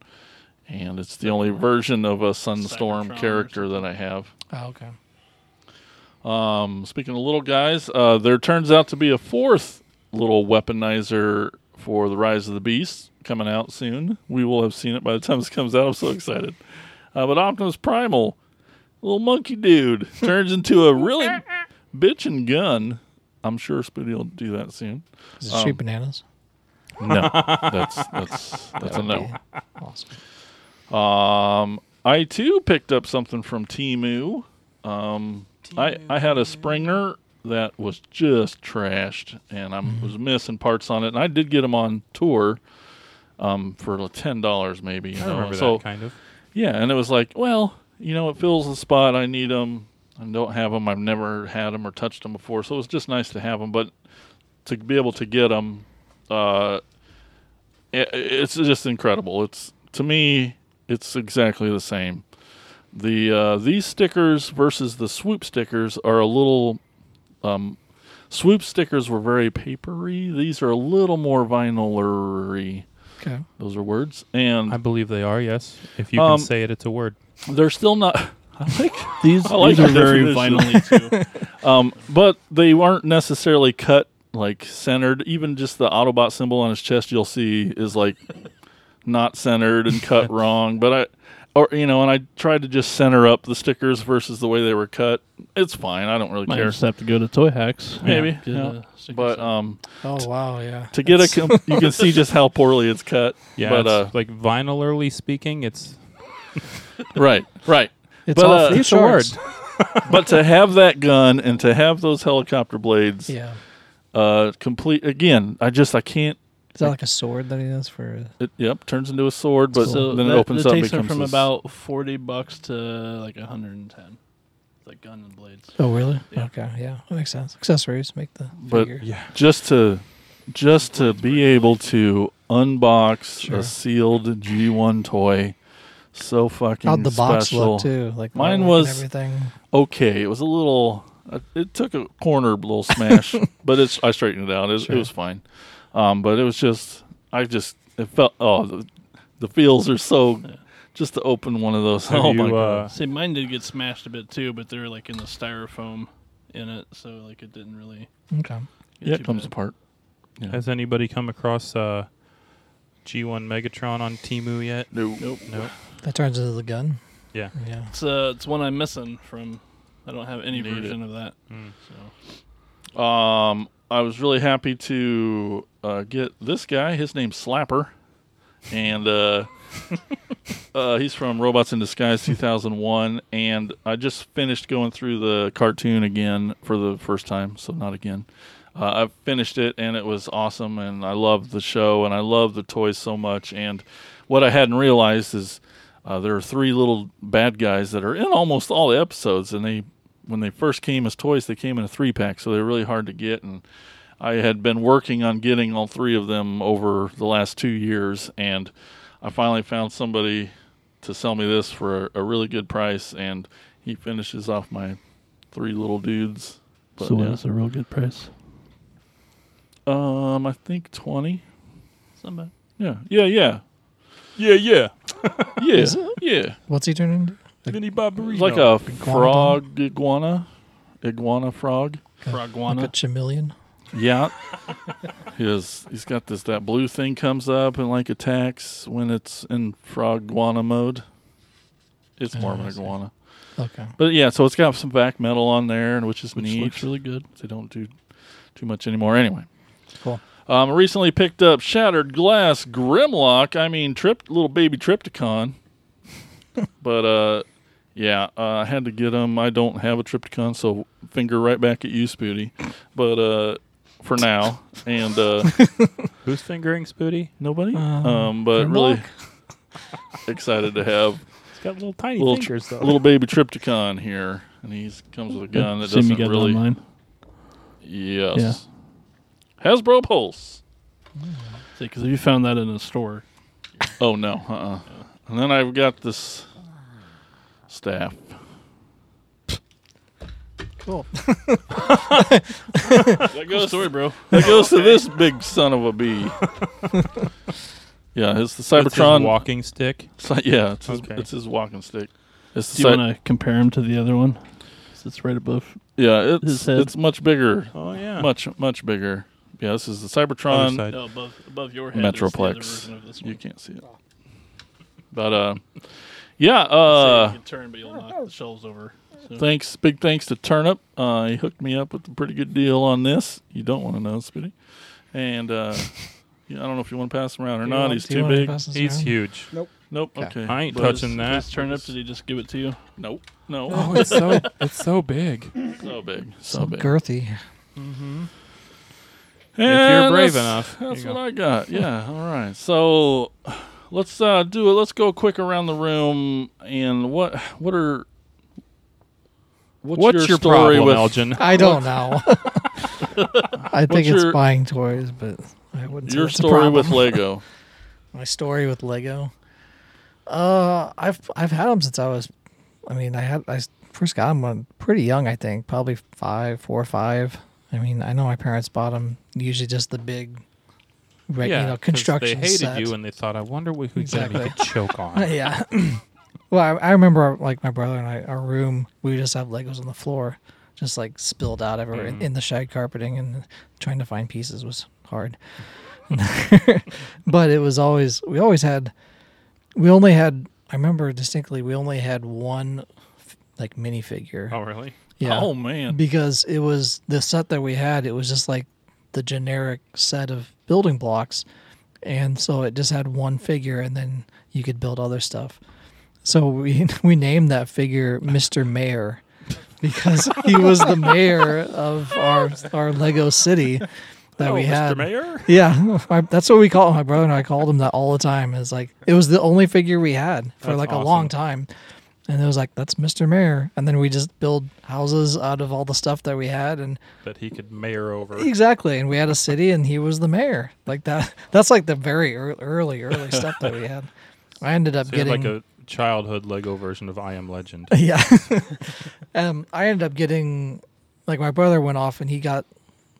B: and it's the only version of a
F: Cybertron
B: Sunstorm
F: or
B: character that I have.
E: Oh, okay.
B: Um, speaking of little guys, uh, there turns out to be a fourth little weaponizer for the Rise of the Beast coming out soon. We will have seen it by the time this comes out. I'm so excited. Uh, but Optimus Primal, little monkey dude, turns into a really bitchin' gun. I'm sure Spoonie will do that soon.
E: Is it
F: Um,
E: street bananas?
B: No, that's that's that's a no.
E: Yeah. Awesome.
B: Um, I too picked up something from Timu. Um, I I had a Springer that was just trashed, and I
C: Mm-hmm.
B: was missing parts on it. And I did get them on tour, um, for like ten dollars maybe. You
C: I
B: know?
C: remember
B: so
C: that kind of.
B: yeah, and it was like, well, you know, it fills the spot. I need them. I don't have them. I've never had them or touched them before, so it was just nice to have them. But to be able to get them, uh, it, it's just incredible. It's to me, it's exactly the same. The uh, these stickers versus the swoop stickers are a little. Um, swoop stickers were very papery. These are a little more vinylery.
E: Okay.
B: Those are words. And
C: I believe they are. Yes, if you
B: Um,
C: can say it, it's a word.
B: they're still not. I like
F: These,
B: I like
F: are
B: your
F: very
B: definition.
F: vinyl too.
B: Um, but they weren't necessarily cut like centered. Even just the Autobot symbol on his chest, you'll see is like not centered and cut wrong. But I, or you know, and I tried to just center up the stickers versus the way they were cut. It's fine. I don't really
F: Might
B: care.
F: just have to go to Toy Hacks.
B: Maybe,
F: Get,
B: yeah.
F: uh, stickers
B: But
F: out.
B: um,
E: Oh, wow. Yeah.
B: to get a, com- you can see just how poorly it's cut.
C: Yeah,
B: but uh,
C: it's like vinylarly speaking, it's
B: right, right.
E: It's
B: but,
E: all
B: uh,
E: free
B: it's a word.
E: shorts.
B: But to have that gun and to have those helicopter blades,
E: Yeah.
B: uh, complete again. I just I can't.
E: Is that like a sword that he has for?
B: It, yep, turns into a sword, but
F: so
B: then it
F: that-
B: opens
F: that
B: up.
F: Takes them
B: becomes
F: from
B: this-
F: about forty bucks to like hundred and ten. It's like gun and blades.
E: Oh, really? Okay. Yeah. That makes sense. Accessories make the
B: But-
E: figure.
B: just to just to be able to unbox a sealed G1 toy, so fucking
E: How'd the box
B: special.
E: look too? Like the
B: Mine
E: artwork and
B: was-
E: everything.
B: Okay, it was a little. I- It took a corner little smash, but it's I straightened it out. It, was- it was fine. Um, but it was just I just it felt oh the, the feels are so just to open one of those.
C: Have
B: oh
C: you,
B: my
C: uh,
B: god!
F: See, mine did get smashed a bit too, but they were like in the styrofoam in it, so like it didn't really.
E: Okay.
F: get
B: Yeah,
F: too
B: it comes
F: bad.
B: apart.
C: Has anybody come across uh, G1 Megatron on Timu yet?
B: No,
F: Nope.
C: Nope.
E: That turns into the gun.
C: Yeah.
E: Yeah.
F: It's uh, it's one I'm missing from. I don't have any
B: Need it.
F: version of that. So
B: Um, I was really happy to uh, get this guy. His name's Slapper, and uh, uh, he's from Robots in Disguise 2001. And I just finished going through the cartoon again for the first time, so not again. Uh, I finished it, and it was awesome. And I loved the show, and I love the toys so much. And what I hadn't realized is. Uh, there are three little bad guys that are in almost all the episodes, and they when they first came as toys, they came in a three pack, so they're really hard to get. And I had been working on getting all three of them over the last two years, and I finally found somebody to sell me this for a, a really good price, and he finishes off my three little dudes. But, yeah.
F: a real good price.
B: um, I think twenty.
F: Somebody.
B: Yeah, yeah, yeah,
C: Yeah, yeah.
B: yeah, yeah.
E: What's he turning into?
C: Vinny
B: It's
C: Barbarino.
B: like a frog iguana, iguana frog.
E: Like a
F: Frogwana.
E: chameleon.
B: Yeah. His he's got this that blue thing comes up and like attacks when it's in frog guana mode. It's more of
E: Oh, I
B: an
E: see.
B: iguana.
E: Okay.
B: But yeah, so it's got some back metal on there and which is
F: Which
B: neat.
F: looks really good.
B: they don't do too much anymore anyway.
E: Cool.
B: Um, I recently picked up Shattered Glass Grimlock. I mean, trip little baby Tripticon. but uh, yeah, uh, I had to get him. I don't have a Tripticon, so finger right back at you, Spooty. But uh, for now, and uh,
C: Who's fingering Spooty?
B: nobody. um, but really excited to have
C: He's got little tiny
B: Little
C: fingers, though.
B: little baby Tripticon here, and he's comes with a gun that
F: Assume
B: doesn't
F: you got it
B: really.
F: online.
B: Yes. Hasbro Pulse.
F: See, because if you found that in a store,
B: Oh no, uh, uh and then I've got this staff.
E: Cool.
B: That goes story, bro. That goes to this big son of a bee. yeah, it's the
C: That's his
B: Cybertron.
C: walking stick.
B: Cy- yeah, it's his,
C: Okay.
B: it's his walking stick. It's
F: do
B: the
F: you
B: Cy-
F: want to compare him to the other one? 'Cause It's right above.
B: yeah,
F: his
B: it's
F: head?
B: it's much bigger,
C: Oh, yeah.
B: much much bigger. Yeah, this is the
C: Other
B: Cybertron.
C: side.
F: No, above above your
B: head
F: head.
B: is the other Metroplex. version
F: of this
B: You can't see it, Oh. but uh, yeah. Uh,
F: turn, but you'll knock the shelves over.
B: Thanks, big thanks to Turnip. Uh, he hooked me up with a pretty good deal on this. You don't want to know, Spitty. And uh, yeah, I don't know if you want to pass him around or
E: Do you
B: not.
E: want-
B: He's
E: do you
B: too
E: want to
B: big.
E: pass this
C: He's
E: around?
C: huge.
B: Nope. Okay.
C: I ain't
B: But
C: touching
B: it's-
C: that.
F: His turn up. Did he just give it to you?
B: Nope. No.
C: Oh, it's so it's so big.
B: So big. So
E: So
B: big.
E: girthy.
C: if you're brave
B: that's-
C: enough.
B: That's
C: Here you
B: what
C: go.
B: I got. Yeah. All right. So let's uh, do it. Let's go quick around the room. And what what are what's,
C: What's
B: your,
C: your
B: story
C: problem,
B: with
C: Elgin?
E: I don't know. I think
B: What's
E: it's
B: your-
E: buying toys, but I wouldn't. say
B: your
E: it's a
B: story with
E: problem.
B: Lego?
E: my story with Lego. Uh, I've I've had them since I was, I mean, I had I first got them when pretty young, I think, probably five, four or five. I mean, I know my parents bought them usually just the big, right,
C: yeah,
E: you know,
C: 'cause
E: construction
C: They hated
E: set.
C: you, and they thought, "I wonder what we can
E: Exactly.
C: make a choke on."
E: Uh, yeah. well, I, I remember our, like my brother and I, our room, we would just have Legos on the floor, just like spilled out everywhere in, in the shag carpeting, and trying to find pieces was hard. but it was always we always had we only had I remember distinctly we only had one f- like minifigure.
C: Oh, really?
E: yeah
B: Oh man.
E: because it was the set that we had it was just like the generic set of building blocks and so it just had one figure and then you could build other stuff so we we named that figure Mr. Mayor because he was the mayor of our our Lego city that
C: oh,
E: we
C: Mr.
E: had
C: Mayor.
E: yeah, my, that's what we call my brother and I called him that all the time. It's like it was the only figure we had for
C: That's
E: like a
C: awesome.
E: long time, and it was like that's Mister Mayor, and then we just build houses out of all the stuff that we had, and
C: That he could mayor over.
E: exactly, and we had a city, and he was the mayor. Like that, that's like the very ear- early, early stuff that we had. I ended up
C: So you had
E: getting
C: like a childhood Lego version of I Am Legend.
E: Yeah. um, I ended up getting like my brother went off and he got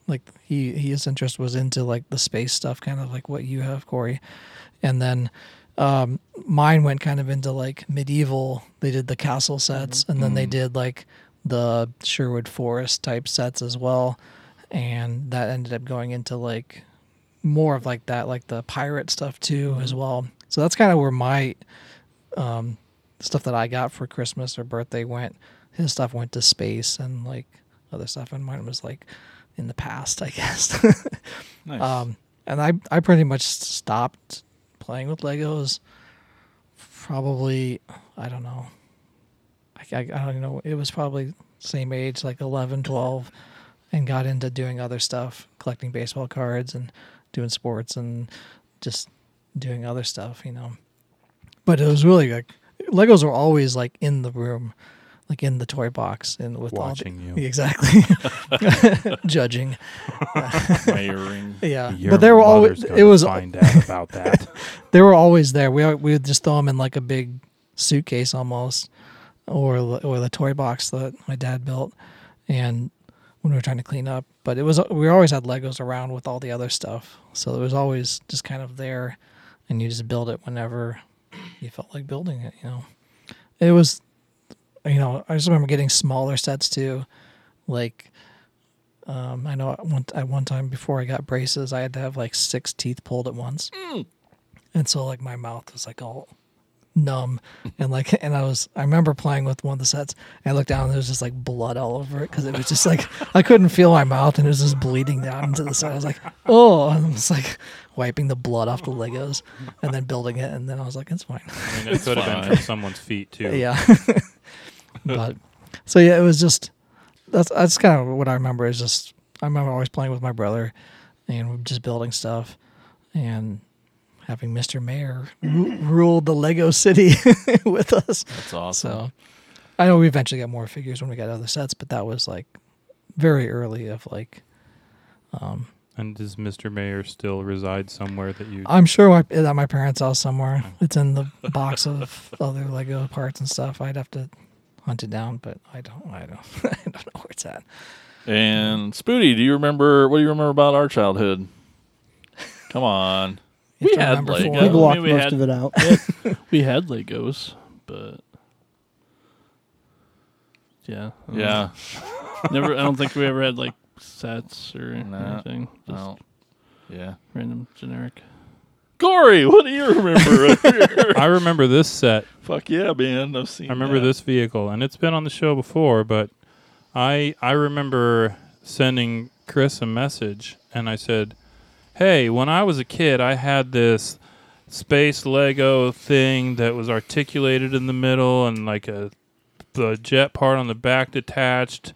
E: like he his interest was into like the space stuff, kind of like what you have, Corey, and then um, mine went kind of into like medieval. They did the castle sets, and then they did like the Sherwood Forest type sets as well, and that ended up going into like more of like that, like the pirate stuff too as well. So that's kind of where my stuff that I got for Christmas or birthday went. His stuff went to space and like other stuff, and mine was like in the past, I guess.
B: Nice.
E: um, and I I pretty much stopped playing with Legos. Probably I don't know. I, I, I don't know. It was probably same age, like 11, 12, and got into doing other stuff, collecting baseball cards and doing sports and just doing other stuff, you know but it was really like Legos were always like in the room, like in the toy box, and with
C: Watching
E: all
C: you.
E: the, exactly judging.
B: Admiring.
E: Yeah,
C: Your
E: but they were
C: mother's
E: always
C: gonna
E: it was
C: find out about that.
E: they were always there. We we would just throw them in like a big suitcase almost, or the- or the toy box that my dad built, and when we were trying to clean up. But it was we always had Legos around with all the other stuff, so it was always just kind of there, and you just build it whenever you felt like building it. You know, it was, you know, I just remember getting smaller sets too, like. Um, I know at one, at one time before I got braces, I had to have like six teeth pulled at once. And so like my mouth was like all numb and like and I was I remember playing with one of the sets and I looked down and there was just like blood all over it because it was just like I couldn't feel my mouth and it was just bleeding down into the side. I was like, oh and I was like wiping the blood off the Legos and then building it and then I was like, it's fine.
C: I mean, it could have been
B: fine.
C: from someone's feet too.
E: yeah. but so yeah, it was just that's that's kind of what I remember is just I remember always playing with my brother and just building stuff and having Mr. Mayor ru- rule the Lego city with us.
B: That's awesome.
E: So I know we eventually got more figures when we got other sets, but that was like very early of like
C: And does Mr. Mayor still reside somewhere that you?
E: I'm sure my, it's at my parents' house somewhere. It's in the box of other Lego parts and stuff. I'd have to hunt it down, but I don't. I don't. I don't know where it's at.
B: And Spooty, do you remember? What do you remember about our childhood? Come on.
E: You
F: We
E: have to
F: had
E: remember four.
D: We
F: Lego. Maybe
D: blocked
F: we
D: most
F: had-
D: of it out.
F: we had Legos, but yeah, I don't
B: Yeah.
F: know. never. I don't think we ever had like sets or
B: No,
F: anything.
E: Mm.
F: Just
B: No. Yeah.
F: random generic.
B: Corey, what do you remember?
C: I remember this set.
B: Fuck yeah, man. I've seen
C: I remember
B: that.
C: this vehicle, and it's been on the show before. But I I remember sending Chris a message, and I said, "Hey, when I was a kid, I had this space Lego thing that was articulated in the middle, and like a the jet part on the back detached,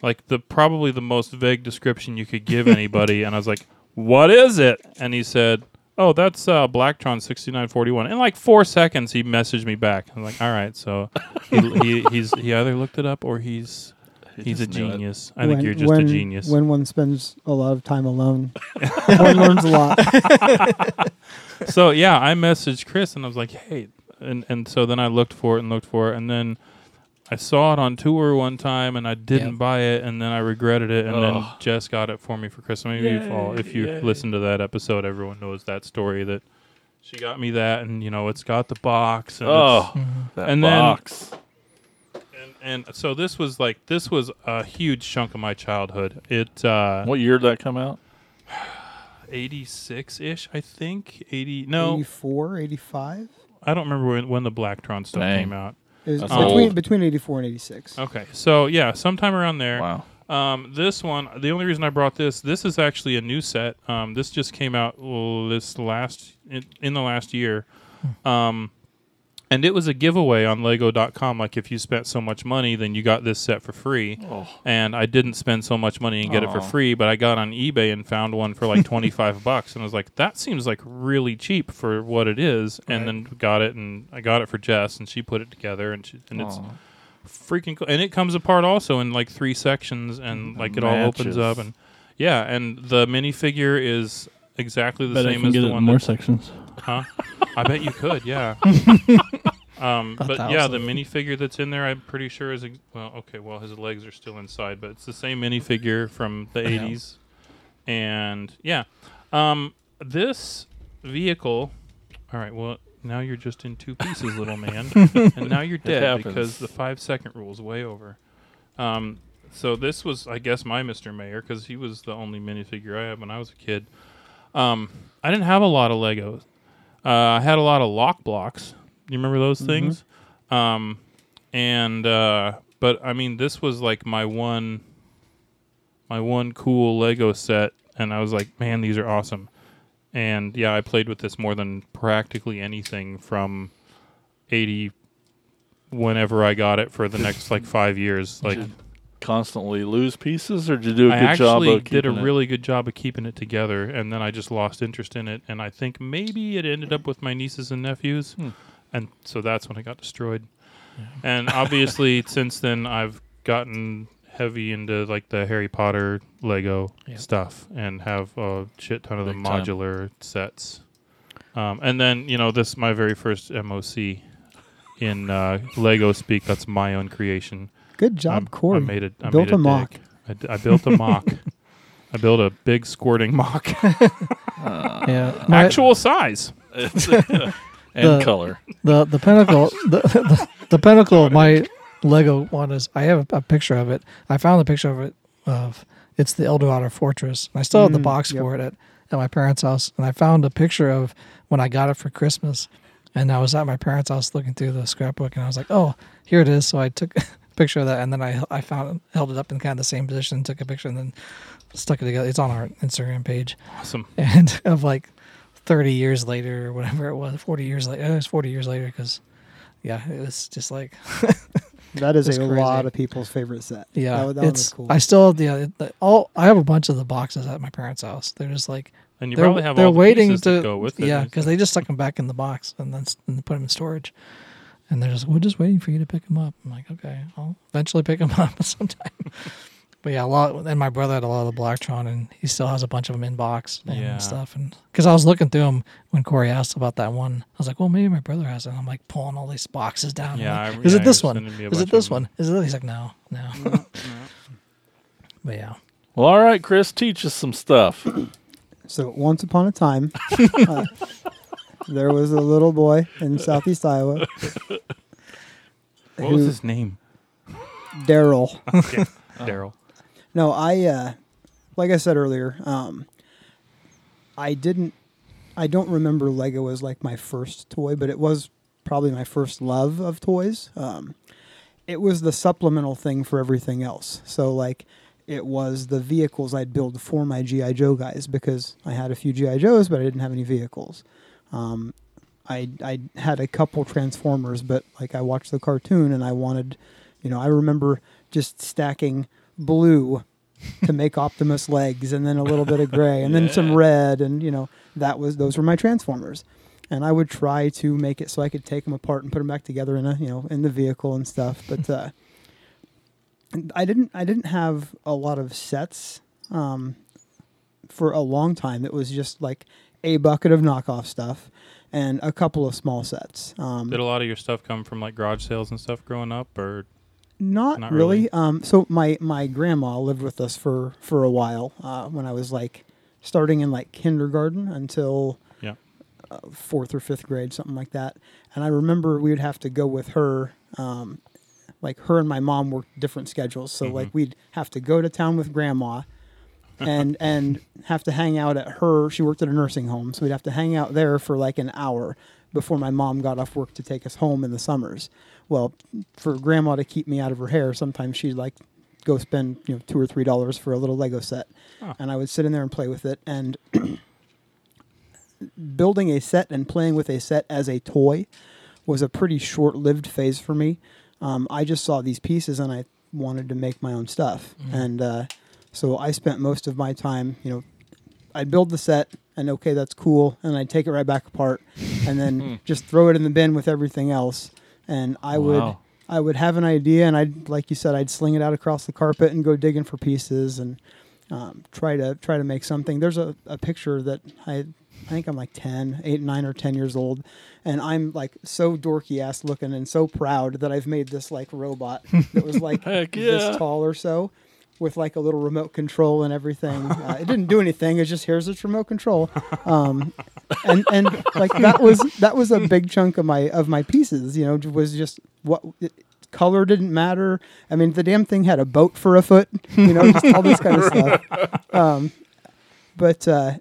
C: like the probably the most vague description you could give anybody." and I was like, "What is it?" And he said. Oh, that's uh, Blacktron sixty nine forty one. In like four seconds, he messaged me back. I'm like, all right, so he, he he's he either looked it up or he's he's a
B: just knew it.
C: genius. I think you're just a genius.
D: When one spends a lot of time alone, one learns a lot.
C: so yeah, I messaged Chris and I was like, hey, and and so then I looked for it and looked for it and then I saw it on tour one time and I didn't
E: Yep.
C: buy it and then I regretted it and then
B: Ugh.
C: Jess got it for me for Christmas. Maybe if, all, if you
B: Yay.
C: listen to that episode, everyone knows that story that she got me that and you know it's got the box. And it's-
B: Oh, that
C: And then-
B: box.
C: and and so this was like this was a huge chunk of my childhood. It uh
B: what year did that come out?
C: 86 ish, I think. 80 No,
D: 84, 85?
C: I don't remember when, when the Blacktron stuff
B: Dang.
C: came out.
D: It was
B: That's
D: between,
B: old.
D: between 84 and 86.
C: Okay. So, yeah, sometime around there.
B: Wow.
C: Um this one, the only reason I brought this, this is actually a new set. Um this just came out l- this last in, in the last year.
B: Hmm.
C: Um and it was a giveaway on lego.com like if you spent so much money then you got this set for free.
B: Oh,
D: Oh.
C: and I didn't spend so much money and get it for
B: Aw.
C: free, but I got on eBay and found one for like 25 bucks and I was like that seems like really cheap for what it is and then got it and I got it for Jess and she put it together and she, and it's
B: Aw.
C: freaking cool. and it comes apart also in like three sections and like it all opens
B: matches.
C: up and yeah and the minifigure is exactly the
F: But I
C: same
F: can
C: as
F: get
C: the
F: it in
C: one
F: more
C: that,
F: sections.
C: huh? I bet you could, yeah. Um,
E: Thought
C: but
E: that
C: yeah,
E: was
C: the
E: a-
C: minifigure that's in there, I'm pretty sure is ex- well. Okay, well his legs are still inside, but it's the same minifigure from the '80s, and yeah, um, this vehicle. All right, well now you're just in two pieces, little man, and now you're dead
B: happens.
C: because the five second rule is way over. Um, so this was, I guess, my Mr. Mayor because he was the only minifigure I had when I was a kid. Um, I didn't have a lot of Legos. Uh, I had a lot of lock blocks. You remember those things? Um, and uh, but I mean, this was like my one, my one cool Lego set, and I was like, man, these are awesome. And yeah, I played with this more than practically anything from eighty, whenever I got it for the next like five years. Like
B: Constantly lose pieces, or did you do a
C: I
B: good job?
C: actually
B: Of
C: did a
B: keeping it?
C: really good job of keeping it together, and then I just lost interest in it. And I think maybe it ended up with my nieces and nephews,
B: Hmm.
C: and so that's when it got destroyed. And obviously, since then, I've gotten heavy into like the Harry Potter Lego
E: Yeah.
C: stuff, and have a shit ton of the
B: Big time.
C: modular sets. Um, and then you know, this my very first MOC in uh, Lego speak. That's my own creation.
D: Good job,
C: I-
D: Corey.
C: I made it. I
D: Built
C: made
D: a mock.
C: dick. I, d- I built a mock. I built a big squirting mock,
E: yeah, my-
C: actual size.
B: and
E: the-
B: color.
E: the the pinnacle the, the, the pinnacle of my Lego one is I have a, a picture of it. I found the picture of it of it's the Eldorado Fortress. And I still have the box
D: yep.
E: for it at, at my parents' house, and I found a picture of when I got it for Christmas. And I was at my parents' house looking through the scrapbook, and I was like, "Oh, here it is." So I took a picture of that, and then I I found held it up in kind of the same position, took a picture, and then stuck it together. It's on our Instagram page
C: Awesome.
E: and of like 30 years later or whatever it was 40 years later it was 40 years later because yeah it was just like
D: That is
E: That's
D: a
E: crazy.
D: lot of people's favorite set.
E: yeah
D: that, one- that one was
E: it's
D: cool.
E: i still have the, uh, the all i have a bunch of the boxes at my parents house they're just like
C: And you
E: they're,
C: probably have
E: they're
C: all the
E: waiting
C: pieces
E: to,
C: that go with it.
E: yeah
C: and
E: because they just stuck them back in the box and then s- and put them in storage and they're just we're just waiting for you to pick them up i'm like okay i'll eventually pick them up sometime but yeah a lot and my brother had a lot of the blacktron and he still has a bunch of them in box and
C: Yeah.
E: stuff and because i was looking through them when corey asked about that one i was like well maybe my brother has it and i'm like pulling all these boxes down I'm
C: Yeah,
E: like,
C: I-
E: is
C: yeah,
E: it this
C: you're
E: one
C: sending me a
E: is
C: bunch
E: it
C: of
E: this
C: them.
E: one is it this-" he's like no no, but yeah
B: Well, all right, Chris, teach us some stuff.
D: So once upon a time, uh, there was a little boy in southeast Iowa,
C: What was
D: who-
C: his name?
D: Daryl.
C: Daryl.
D: No, I uh, like I said earlier, um, I didn't. I don't remember Lego as like my first toy, but it was probably my first love of toys. Um, it was the supplemental thing for everything else. So like, it was the vehicles I'd build for my GI Joe guys because I had a few GI Joes, but I didn't have any vehicles. Um, I I had a couple Transformers, but like I watched the cartoon and I wanted, you know, I remember just stacking blue to make Optimus legs, and then a little bit of gray, and then some red, and you know that was those were my Transformers, and I would try to make it so I could take them apart and put them back together in a you know in the vehicle and stuff, but. Uh, I didn't I didn't have a lot of sets um, for a long time. It was just like a bucket of knockoff stuff and a couple of small sets. Um,
C: Did a lot of your stuff come from like garage sales and stuff growing up, or
D: not,
C: not
D: really.
C: really?
D: Um, so my my grandma lived with us for for a while uh, when I was like starting in like kindergarten until uh,
C: yeah?
D: fourth or fifth grade, something like that. And I remember we would have to go with her. Um, like her and my mom worked different schedules, so
C: Mm-hmm.
D: like we'd have to go to town with grandma, and and have to hang out at her. She worked at a nursing home, so we'd have to hang out there for like an hour before my mom got off work to take us home in the summers. Well, for grandma to keep me out of her hair, sometimes she'd like go spend you know two or three dollars for a little Lego set, and I would sit in there and play with it and building a set and playing with a set as a toy was a pretty short lived phase for me. Um, I just saw these pieces and I wanted to make my own stuff. And uh, so I spent most of my time, you know, I'd build the set and okay, that's cool. And I'd take it right back apart and then just throw it in the bin with everything else. And I would.
B: Wow.
D: I would have an idea, and I'd, like you said, I'd sling it out across the carpet and go digging for pieces and um, try to try to make something. There's a, a picture that I I think I'm like 10, 8, 9 or 10 years old. And I'm like so dorky ass looking and so proud that I've made this like robot that was like
B: Heck yeah.
D: this tall or so with like a little remote control and everything. Uh, it didn't do anything. It's just here's its remote control. Um, and and like that was that was a big chunk of my of my pieces, you know, was just what it, color didn't matter. I mean, the damn thing had a boat for a foot, you know, just all this kind of stuff. Um, but uh,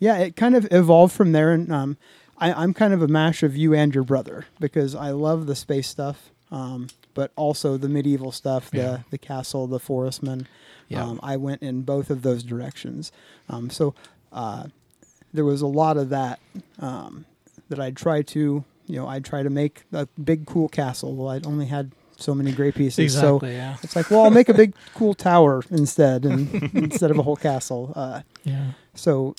D: yeah, it kind of evolved from there, and um, I, I'm kind of a mash of you and your brother because I love the space stuff, um, but also the medieval stuff, the
E: Yeah.
D: the castle, the forestman.
E: Yeah.
D: Um, I went in both of those directions, um, so uh, there was a lot of that um, that I tried to, you know, I try to make a big cool castle. Well, I only had so many great pieces, so
E: Exactly. yeah.
D: it's like, well, I'll make a big cool tower instead, and instead of a whole castle. Uh,
E: Yeah.
D: so,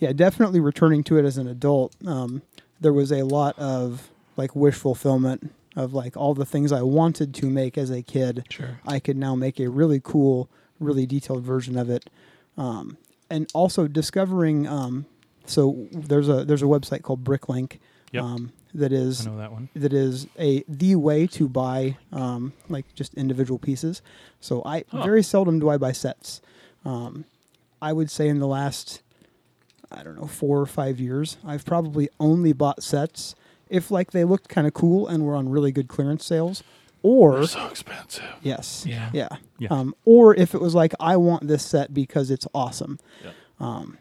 D: yeah, definitely returning to it as an adult. Um, there was a lot of like wish fulfillment of like all the things I wanted to make as a kid.
E: Sure.
D: I could now make a really cool, really detailed version of it, um, and also discovering. Um, so there's a there's a website called Bricklink
C: Yep.
D: um, that
C: I
D: is
C: know that one.
D: that is a the way to buy um, like just individual pieces. So I very seldom do I buy sets. Um, I would say in the last I don't know four or five years, I've probably only bought sets if like they looked kind of cool and were on really good clearance sales, or
B: so expensive.
D: yes,
E: Yeah.
D: yeah,
C: Yeah.
D: Um, or if it was like I want this set because it's awesome.
B: Yeah.
D: Um,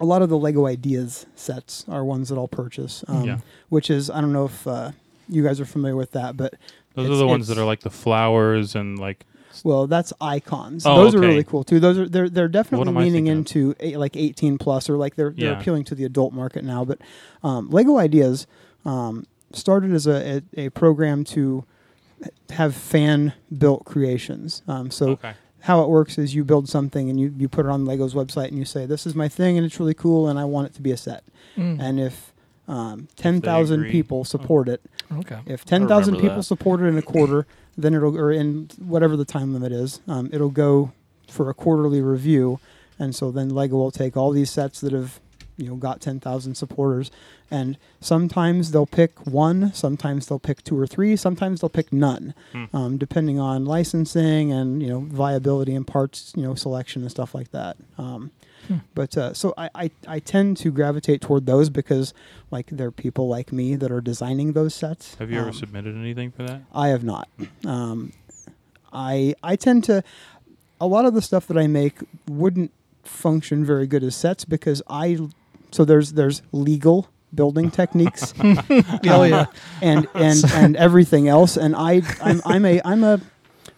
D: a lot of the Lego Ideas sets are ones that I'll purchase. Um,
C: Yeah.
D: which is I don't know if uh, you guys are familiar with that, but
C: Those
D: it's-
C: are the ones that
D: it's-
C: are like the flowers and like
D: well, that's icons.
C: Oh,
D: Those
C: okay.
D: are really cool too. Those are they're they're definitely
C: am I
D: leaning
C: thinking of?
D: into eight, like eighteen plus or like they're they're
C: Yeah.
D: appealing to the adult market now. But um, Lego Ideas um, started as a, a, a program to have fan built creations. Um, so
C: okay.
D: how it works is you build something and you, you put it on Lego's website and you say, This is my thing and it's really cool and I want it to be a set.
E: Mm. Hmm.
D: And if um, 10,000
C: agree.
D: people support it,
E: Okay.
D: if 10,000
B: remember
D: people
B: that.
D: support it in a quarter, then it'll, or in whatever the time limit is, um, it'll go for a quarterly review. And so then Lego will take all these sets that have, you know, got 10,000 supporters. And sometimes they'll pick one, sometimes they'll pick two or three, sometimes they'll pick none,
C: Hmm.
D: um, depending on licensing and, you know, viability and parts, you know, selection and stuff like that. Um, but uh, so I, I, I tend to gravitate toward those because like there are people like me that are designing those sets.
C: Have you ever
D: Um,
C: submitted anything for that?
D: I have not. Um, I I tend to a lot of the stuff that I make wouldn't function very good as sets because I so there's there's legal building techniques um,
E: Oh yeah.
D: and and and everything else and I I'm, I'm a I'm a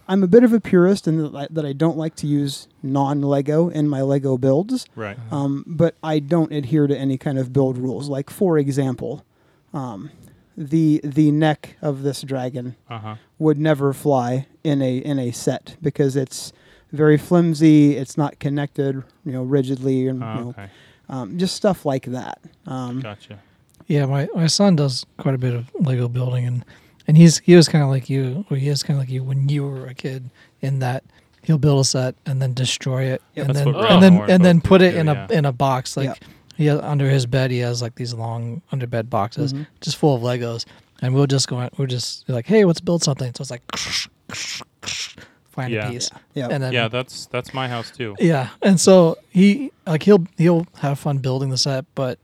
D: I'm a bit of a purist in that I, that I don't like to use non Lego in my Lego builds.
C: Right.
D: Um, but I don't adhere to any kind of build rules. Like for example, um, the the neck of this dragon
C: Uh huh.
D: would never fly in a in a set because it's very flimsy. It's not connected, you know, rigidly, and you know,
C: Ah, Oh, Okay.
D: um, just stuff like that. Um,
C: Gotcha.
E: Yeah, my, my son does quite a bit of Lego building, and and he's he was kind of like you, or he is kind of like you when you were a kid, in that he'll build a set and then destroy it, and
C: That's
E: then
C: what
E: and then
C: Ralph
E: and then
C: Lauren
E: put it
C: do,
E: in a
C: yeah.
E: in a box like.
D: Yeah.
E: He has, under his bed, he has like these long under bed boxes
D: Mm-hmm.
E: just full of Legos, and we'll just go. out- We're just like, hey, let's build something. So it's like, find
C: Yeah.
E: a piece,
D: Yeah.
E: and then
C: Yeah, that's that's my house too.
E: yeah, and so he like he'll he'll have fun building the set, but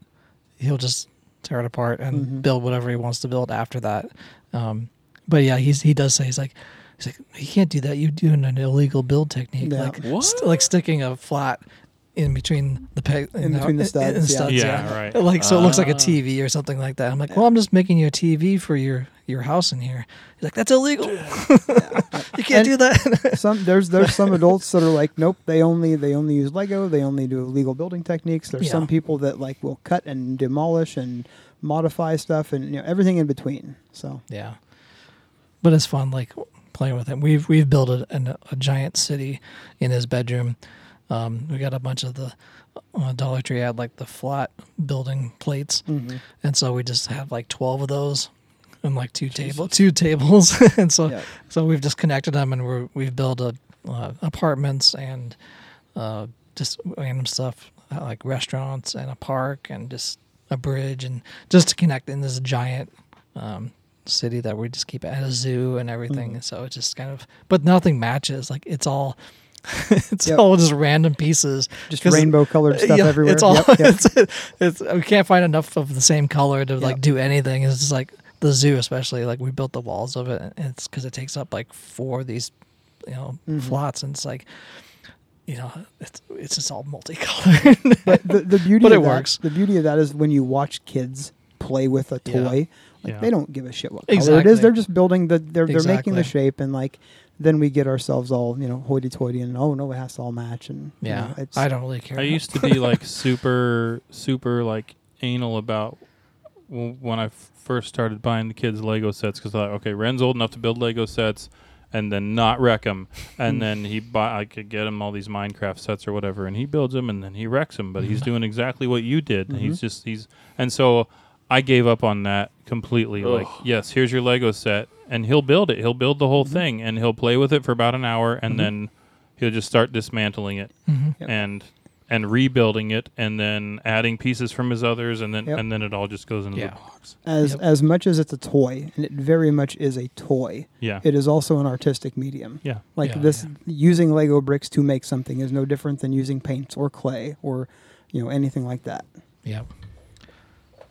E: he'll just tear it apart and
D: Mm-hmm.
E: build whatever he wants to build after that. Um, but yeah, he's he does say he's like he's like you can't do that. You're doing an illegal build technique,
D: Yeah.
E: like st- like sticking a flat in between the peg
D: In between the studs, yeah.
C: Yeah, right. Ah.
E: Like so, it looks like a TV or something like that. I'm like, well, I'm just making you a TV for your your house in here. He's like, that's illegal. you can't
D: And-
E: do that.
D: some there's there's some adults that are like, nope, they only they only use Lego, they only do illegal building techniques. There's
E: Yeah.
D: some people that like will cut and demolish and modify stuff and you know everything in between. So
E: Yeah, but it's fun, like playing with him. We've we've built a, an, a giant city in his bedroom. Um, we got a bunch of the uh, Dollar Tree had like the flat building plates, and so we just have like twelve of those and like two table two tables, and so
D: Yeah.
E: so we've just connected them, and we're we've built a, uh, apartments and uh, just random stuff. uh, like restaurants and a park and just a bridge and just to connect in this giant um, city that we just keep at a zoo and
D: Mm.
E: everything. And so it's just kind of, but nothing matches. Like it's all. it's
D: Yep.
E: all just random pieces,
D: Just
E: 'Cause- uh,
D: rainbow-colored stuff everywhere.
E: It's all
D: Yep, yep.
E: it's, it's we can't find enough of the same color to like do anything. It's just like the zoo, especially like we built the walls of it, and it's because it takes up like four of these, you know,
D: Mm-hmm.
E: flats, and it's like, you know, it's it's just all multicolored.
D: but the, the beauty
E: But
D: of
E: it
D: that,
E: works.
D: the beauty of that is when you watch kids play with a
E: Yeah.
D: toy like
C: Yeah.
D: they don't give a shit what color it
E: Exactly.
D: is they're just building the they're, they're making the
E: Exactly.
D: shape and like then we get ourselves all you know hoity-toity and oh no it has to all match and you
E: yeah,
D: know, it's
E: I don't really care.
C: I used to be like super, super like anal about w- when I f- first started buying the kids Lego sets because I thought, okay, Ren's old enough to build Lego sets and then not wreck them. And then he buy, I could get him all these Minecraft sets or whatever, and he builds them and then he wrecks them. But
D: Mm-hmm.
C: he's doing exactly what you did. And he's just, he's, and so I gave up on that completely. Like,
B: Ugh.
C: yes, here's your Lego set. And he'll build it. He'll build the whole
D: Mm-hmm.
C: thing and he'll play with it for about an hour and then he'll just start dismantling it
D: Mm-hmm. Yep.
C: and and rebuilding it and then adding pieces from his others and then
D: Yep.
C: and then it all just goes into the
E: Yeah.
C: box.
D: as
E: Yep.
D: as much as it's a toy and it very much is a toy
C: Yeah.
D: it is also an artistic medium
C: yeah.
D: like
E: Yeah,
D: this
E: yeah.
D: using lego bricks to make something is no different than using paints or clay or you know anything like that
E: yeah,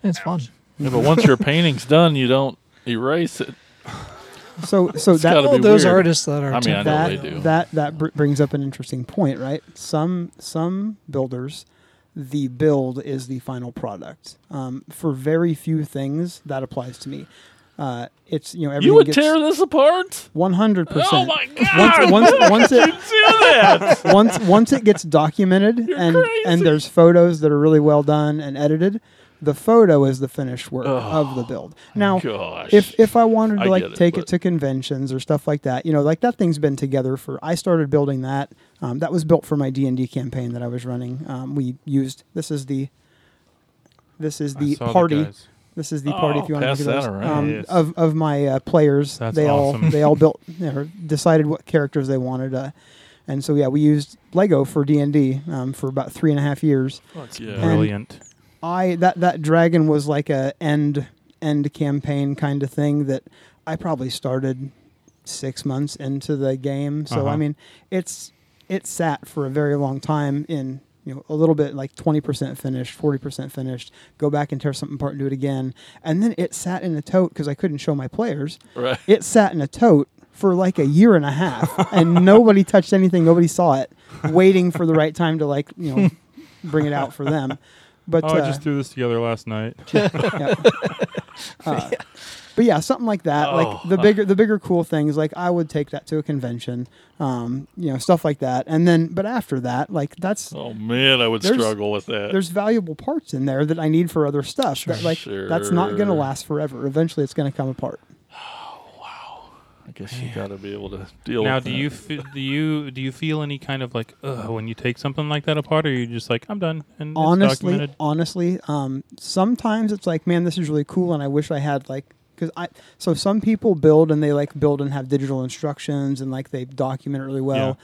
E: it's fun.
B: Yeah, but once your painting's done, you don't erase it.
D: so so
B: It's
D: that
B: gotta be
E: Well, those
B: weird.
E: artists that are
B: I mean, I know
D: that
B: they do.
D: that that br- brings up an interesting point, right? Some some builders, the build is the final product. Um, for very few things, that applies to me. Uh, it's you know everything
B: You would
D: gets
B: tear this apart?
D: one hundred
B: Oh
D: percent.
B: my god!
D: Once once once it
B: do that!
D: once once it gets documented and
B: crazy.
D: and there's photos that are really well done and edited, the photo is the finished work of the build. Now,
B: Gosh.
D: if if I wanted to
B: I
D: like
B: get it,
D: take
B: but-
D: it to conventions or stuff like that, you know, like that thing's been together for. I started building that. Um, that was built for my D and D campaign that I was running. Um, we used this is the this is
C: I
D: the
C: saw
D: party.
C: guys.
D: this is the party. if
B: Oh,
D: you want to
B: pass
D: look at
B: that
D: those.
B: around.
D: Um,
C: Yes.
D: Of of my uh, players,
C: That's
D: they
C: awesome.
D: all they all built or decided what characters they wanted. Uh, and so yeah, we used Lego for D and D um, for about three and a half years.
B: Fuck yeah.
D: And-
C: Brilliant.
D: I that that dragon was like a end end campaign kind of thing that I probably started six months into the game. So
C: Uh-huh.
D: I mean, it's it sat for a very long time in you know a little bit like twenty percent finished, forty percent finished. Go back and tear something apart and do it again, and then it sat in a tote because I couldn't show my players.
B: Right.
D: It sat in a tote for like a year and a half, and nobody touched anything. Nobody saw it, waiting for the right time to like you know bring it out for them. But
C: Oh, I
D: uh,
C: just threw this together last night.
D: yeah. Uh, But yeah, something like that.
B: Oh.
D: Like the bigger, the bigger cool things. Like I would take that to a convention, um, you know, stuff like that. And then, but after that, like that's
B: Oh man, I would
D: There's-
B: struggle with that.
D: there's valuable parts in there that I need for other stuff. That, like that's not going to
B: Sure.
D: last forever. Eventually, it's going to come apart.
B: I guess you got to be able to deal.
C: Now,
B: with
C: do
B: that.
C: you fe- do you do you feel any kind of like ugh when you take something like that apart, or are you just like I'm done and it's
D: honestly
C: documented?
D: honestly um, sometimes it's like man this is really cool and i wish i had like because i so some people build and they like build and have digital instructions and like they document it really well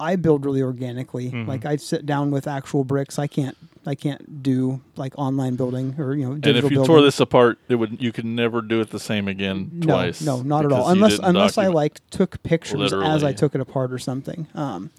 D: i build really organically
B: Mm-hmm.
D: like i sit down with actual bricks i can't i can't do like online building or you know digital
B: And if you
D: building.
B: tore this apart, it would you could never do it the same again
D: no,
B: twice.
D: no not at
B: because
D: all
B: you
D: unless
B: didn't
D: unless i
B: document-
D: like took pictures as i
B: Literally.
D: took it apart or something um,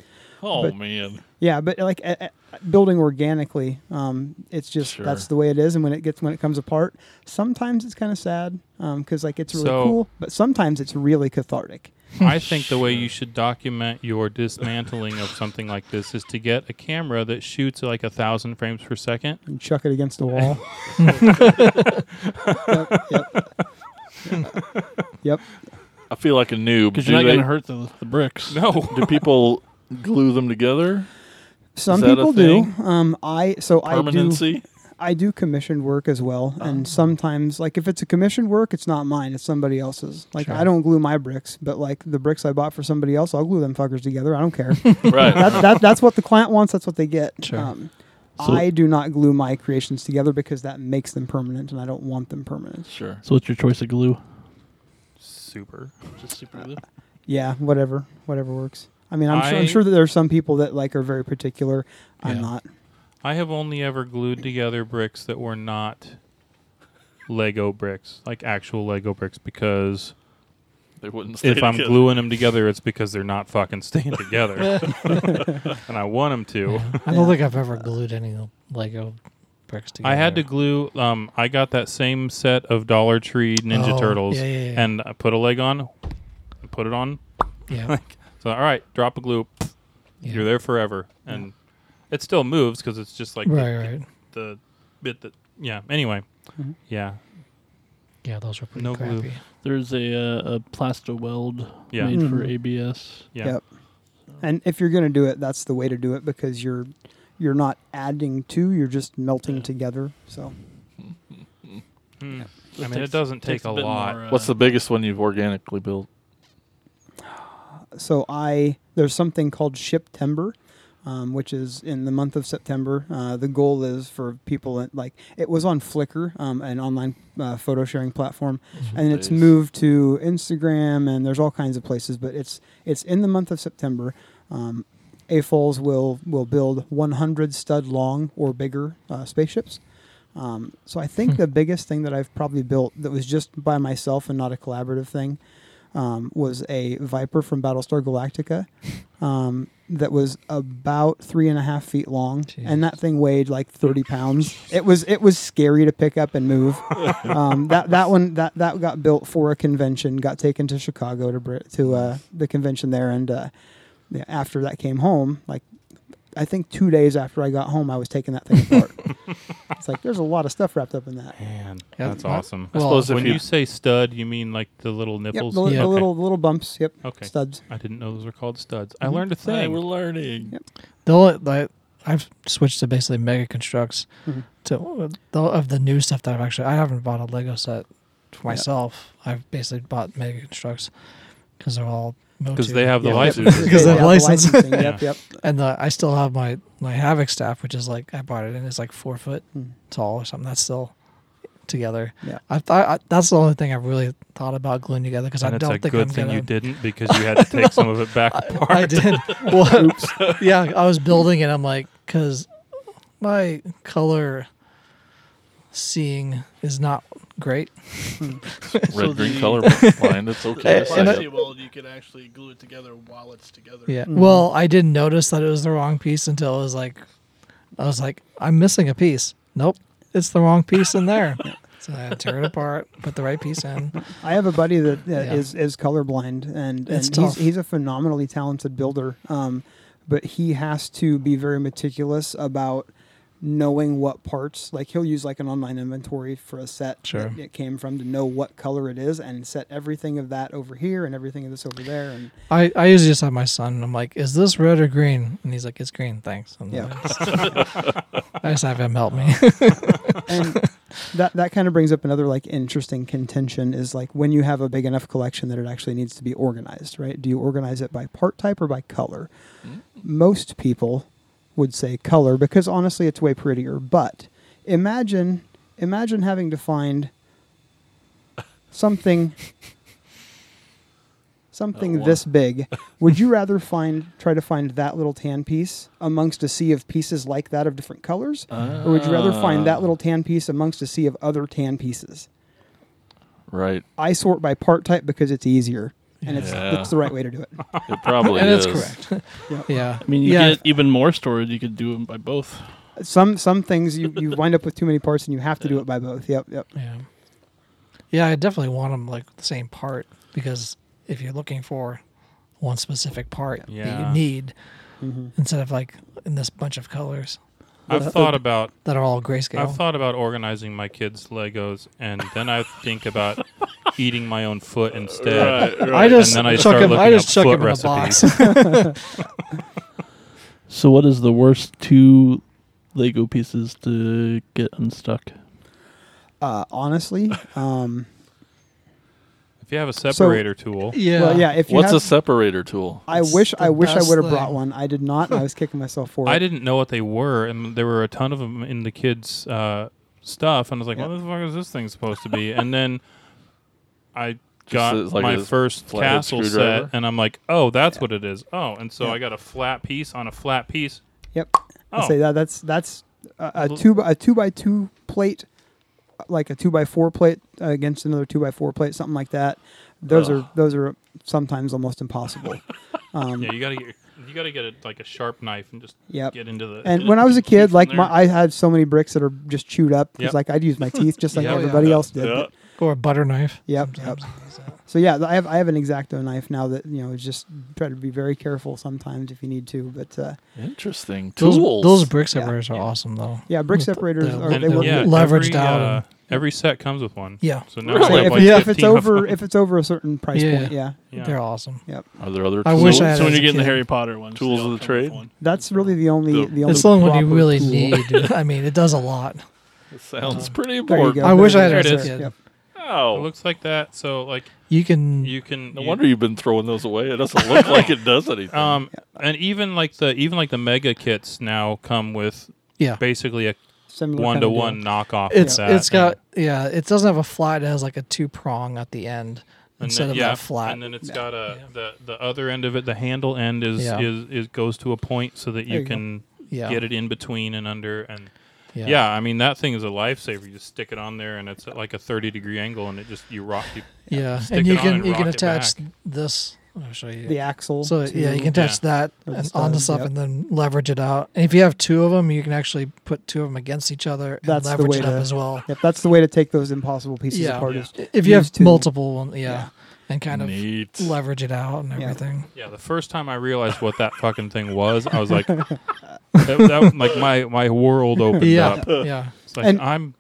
B: Oh
D: but-
B: man,
D: yeah, but like a, a- building organically, um, it's just
B: Sure.
D: that's the way it is. And when it gets when it comes apart, sometimes it's kind of sad because like it's really
C: So-
D: cool, but sometimes it's really cathartic.
C: I think the way you should document your dismantling of something like this is to get a camera that shoots like a thousand frames per second.
D: You chuck it against the wall. yep, yep. Yep.
B: I feel like a noob.
F: Because
B: Do
F: you're not
B: they-
F: going to hurt the, the bricks.
C: No,
B: Do people glue them together?
D: Some
B: that a
D: people do. Um, I so I do.
B: Permanency. Oh.
D: I do commissioned work as well, and sometimes, like if it's a commissioned work, it's not mine; it's somebody else's. Like I don't glue my bricks, but like the bricks I bought for somebody else, I'll glue them fuckers together. I don't care.
B: right.
D: that, that, that's what the client wants. That's what they get.
E: Sure.
D: Um,
F: So-
D: I do not glue my creations together because that makes them permanent, and I don't want them permanent.
B: Sure.
F: So what's your choice of glue?
C: super.
F: Just super glue.
D: Yeah, whatever, whatever works. I mean, I'm, sure,
C: I-
D: I'm sure that there are some people that like are very particular. I'm
E: Yeah.
D: not.
C: I have only ever glued together bricks that were not Lego bricks, like actual Lego bricks, because
B: They wouldn't. Stay
C: if I'm
B: together.
C: gluing them together, it's because they're not fucking staying together, and I want them to.
E: I don't think I've ever glued any Lego bricks together.
C: I had to glue. Um, I got that same set of Dollar Tree Ninja
E: Oh,
C: Turtles,
E: yeah, yeah, yeah.
C: and I put a leg on, put it on.
E: Yeah.
C: So all right, drop a glue.
E: Yeah.
C: You're there forever, and it still moves because it's just like the-
E: Right, right.
C: the bit that. Yeah. Anyway. Yeah.
E: Yeah, those were pretty
C: No glue.
E: crappy.
F: There's a uh, a plaster weld
C: Yeah.
F: made
E: Hmm.
F: for ABS.
C: Yeah.
D: Yep. And if you're going to do it, that's the way to do it because you're you're not adding two, you're just melting together. So
C: Mm. I
F: It
C: mean, it
F: takes-
C: doesn't take
F: takes
C: a
F: bit
C: lot.
F: more, uh,
E: Eh,
B: What's the biggest one you've organically built?
D: so I there's something called ship timber, um, which is in the month of September. Uh, the goal is for people that, like it was on Flickr, um, an online uh, photo sharing platform, and it's
B: days.
D: moved to Instagram and there's all kinds of places. But it's it's in the month of September. Um, a Foals will will build 100 stud long or bigger uh, spaceships. Um, so I think the biggest thing that I've probably built that was just by myself and not a collaborative thing um, was a Viper from Battlestar Galactica um, that was about three and a half feet long, and that thing weighed like 30 pounds. It was it was scary to pick up and move. um, that that one that that got built for a convention, got taken to Chicago to Brit- to uh, the convention there, and uh, yeah, after that came home, like I think two days after I got home, I was taking that thing apart. it's like there's a lot of stuff wrapped up in that.
C: Man,
E: Yeah,
C: that's
E: I-
C: awesome.
E: well,
B: suppose if
C: when
B: you-
C: you, say stud, you mean like the little
D: Yep,
C: nipples?
D: the, li-
E: Yeah.
D: the
C: Okay.
D: little little bumps. Yep,
C: Okay.
D: studs.
C: I didn't know those were called studs. I learned a
B: Hey,
C: thing.
B: we're learning.
E: The only, like, I've switched to basically mega constructs to the, of the new stuff that I've actually I haven't bought a Lego set for myself. I've basically bought mega constructs because they're all
C: because they have the
D: Yeah.
C: license.
E: Because
D: Yeah,
E: of
D: the
E: license.
D: licensing, Yep, yep.
E: and the, I still have my my Havoc staff, which is like I bought it and it's like four foot
D: Hmm.
E: tall or something. That's still together.
D: Yeah.
E: I thought I, that's the only thing I've really thought about gluing together because
C: and
E: I
C: it's a
E: don't think
C: good
E: I'm
C: thing
E: gonna.
C: you didn't because you had to take some of it back apart.
E: I did. Well, yeah, I was building and I'm like, because my color seeing is not great.
B: Red
F: So
B: green
F: the-
B: color blind. It's okay.
E: Uh, and I-
B: It's
F: well, you could actually glue it together while it's together.
E: Yeah. Well, I didn't notice that it was the wrong piece until it was like, I was like, I'm missing a piece. Nope, it's the wrong piece in there. So I had to tear it apart, put the right piece in.
D: I have a buddy that uh,
E: Yeah.
D: is is colorblind, and,
E: It's
D: and he's
E: tough.
D: he's a phenomenally talented builder. Um, but he has to be very meticulous about knowing what parts. Like he'll use like an online inventory for a set
E: Sure.
D: that it came from to know what color it is, and set everything of that over here and everything of this over there. And
E: I, I usually just have my son. And I'm like, is this red or green? And he's like, it's green. Thanks. And
D: Yeah.
E: I just have him help me.
D: and that that kind of brings up another like interesting contention is like when you have a big enough collection that it actually needs to be organized, right? Do you organize it by part type or by color? Most people would say color because honestly it's way prettier, but imagine imagine having to find something something
B: Oh, wow.
D: this big would you rather find try to find that little tan piece amongst a sea of pieces like that of different colors or would you rather find that little tan piece amongst a sea of other tan pieces?
B: right.
D: I sort by part type because it's easier, and it's
B: Yeah.
D: it's the right way to do it.
B: It probably
E: and
B: is.
E: that's correct.
D: Yeah.
E: yeah.
F: I mean, you
E: yeah.
F: get even more storage. You could do them by both.
D: Some some things you, you wind up with too many parts, and you have to do it by both. Yep, yep.
E: Yeah. Yeah, I definitely want them like the same part because if you're looking for one specific part that
C: Yeah.
E: you need
C: Mm-hmm.
E: instead of like in this bunch of colors
C: I've thought about
E: that are all grayscale.
C: I've thought about organizing my kids' Legos, and then I think about eating my own foot instead.
B: Right, right.
E: I just
C: and then I
E: chuck
C: start
E: him, I
C: looking up
E: just chuck
C: foot
E: him in a box.
F: So, what is the worst two Lego pieces to get unstuck?
D: Uh, honestly, um,
C: If you have a separator tool,
E: yeah.
D: well, yeah. If you
B: What's
D: have,
B: a separator tool?
D: I
E: It's
D: wish
E: the
D: I wish I
E: best
D: would have
E: thing.
D: brought one. I did not. and I was kicking myself for it.
C: I didn't know what they were, and there were a ton of them in the kids' uh, stuff, and I was like, "What the fuck is this thing supposed to be?" And then I got
B: it's like
C: my
B: a
C: first
B: flathead
C: castle
B: screwdriver?
C: set, and I'm like, "Oh, that's what it is." Oh, and so I got a flat piece on a flat piece.
D: Yep. I
C: Oh.
D: say that that's that's a, a two by, a two by two plate, like a two by four plate uh, against another two by four plate, something like that. Those
B: Ugh.
D: are those are sometimes almost impossible.
C: Yeah, you gotta get you gotta get a, like a sharp knife and just
D: Yep.
C: get into the.
D: And when I was a kid, like my,
C: I
D: I had so many bricks that are just chewed up because
C: Yep.
D: like I'd use my teeth just like
C: Yeah.
D: everybody else did.
B: Yeah.
D: But-
E: or a butter knife.
D: Yep, yep.
E: sometimes.
D: So yeah, I have I have an exacto knife now that you know is just try to be very careful sometimes if you need to. But uh,
B: Interesting
E: Those,
B: tools.
E: those brick
D: Yeah.
E: separators are awesome though.
D: yeah, brick
E: With the-
D: separators
E: the-
D: are they work.
C: yeah,
D: Yeah.
E: leveraged
C: every,
E: out
C: Uh,
E: and-
C: every set comes with one.
E: Yeah.
C: So now I have
D: if,
C: like
D: yeah, if it's
C: 15 of
D: over
C: them.
D: if it's over a certain price
E: Yeah.
D: point, yeah,
C: Yeah.
E: They're awesome.
B: Are there other?
E: I
B: tools?
E: wish
F: so,
E: I had
F: so
E: as
F: when
E: a
F: you're getting the
E: kid.
F: Harry Potter ones,
B: Tools of
F: they all
B: the
F: come with
B: trade?
F: one.
D: that's really the only
B: The-
D: the only.
E: It's the only one you
D: proper
E: really
D: tool.
E: need. I mean, it does a lot.
B: It sounds pretty
D: There you go.
B: important.
E: I wish I had
D: There
E: it
D: it
E: as a
D: is.
E: kid.
D: Yep.
C: It
B: Oh,
C: looks like that. So like
E: You can.
C: you can.
B: no
C: you-
B: wonder you've been throwing those away. It doesn't look like it does anything.
C: Um, and even like the even like the mega kits now come with
E: yeah.
C: basically a
D: Similar
C: one
D: kind
C: to
D: of deal.
C: one knockoff. of
E: It's
C: that,
E: it's got
C: and-
E: yeah. It doesn't have a flat. It has like a two prong at the end
C: and
E: instead
C: then-
E: of
C: yeah,
E: that flat.
C: And then it's got a the the other end of it. The handle end is
E: Yeah.
C: is, is goes to a point so that
D: There
C: you
D: you go.
C: can
E: yeah.
C: get it in between and under and.
E: Yeah.
C: Yeah. I mean that thing is a lifesaver. You just stick it on there, and it's at like a thirty degree angle, and it just you rock. You,
E: Yeah,
C: Stick
E: and
C: it
E: you
C: on
E: can
C: and
E: you can
C: rock it
E: attach
C: back.
E: this. I'll show you.
D: The axle.
E: So
D: to-
E: yeah, you can attach that
D: Or the
E: and onto
D: studs,
E: stuff
D: yep.
E: and then leverage it out. And if you have two of them, you can actually put two of them against each other and
D: That's the
E: leverage
D: way
E: it up
D: to-
E: as well.
D: Yep, that's the way to take those impossible pieces
E: Yeah.
D: apart.
C: Yeah.
D: Is
E: If you
D: use
E: have
D: two.
E: multiple, one, yeah,
D: Yeah.
E: and kind of
B: Neat.
E: leverage it out and
D: Yeah.
E: everything.
C: yeah, the first time I realized what that fucking thing was, I was like, that, that, like my my world opened
E: Yeah,
C: up.
E: yeah.
C: It's like
D: And-
C: I'm,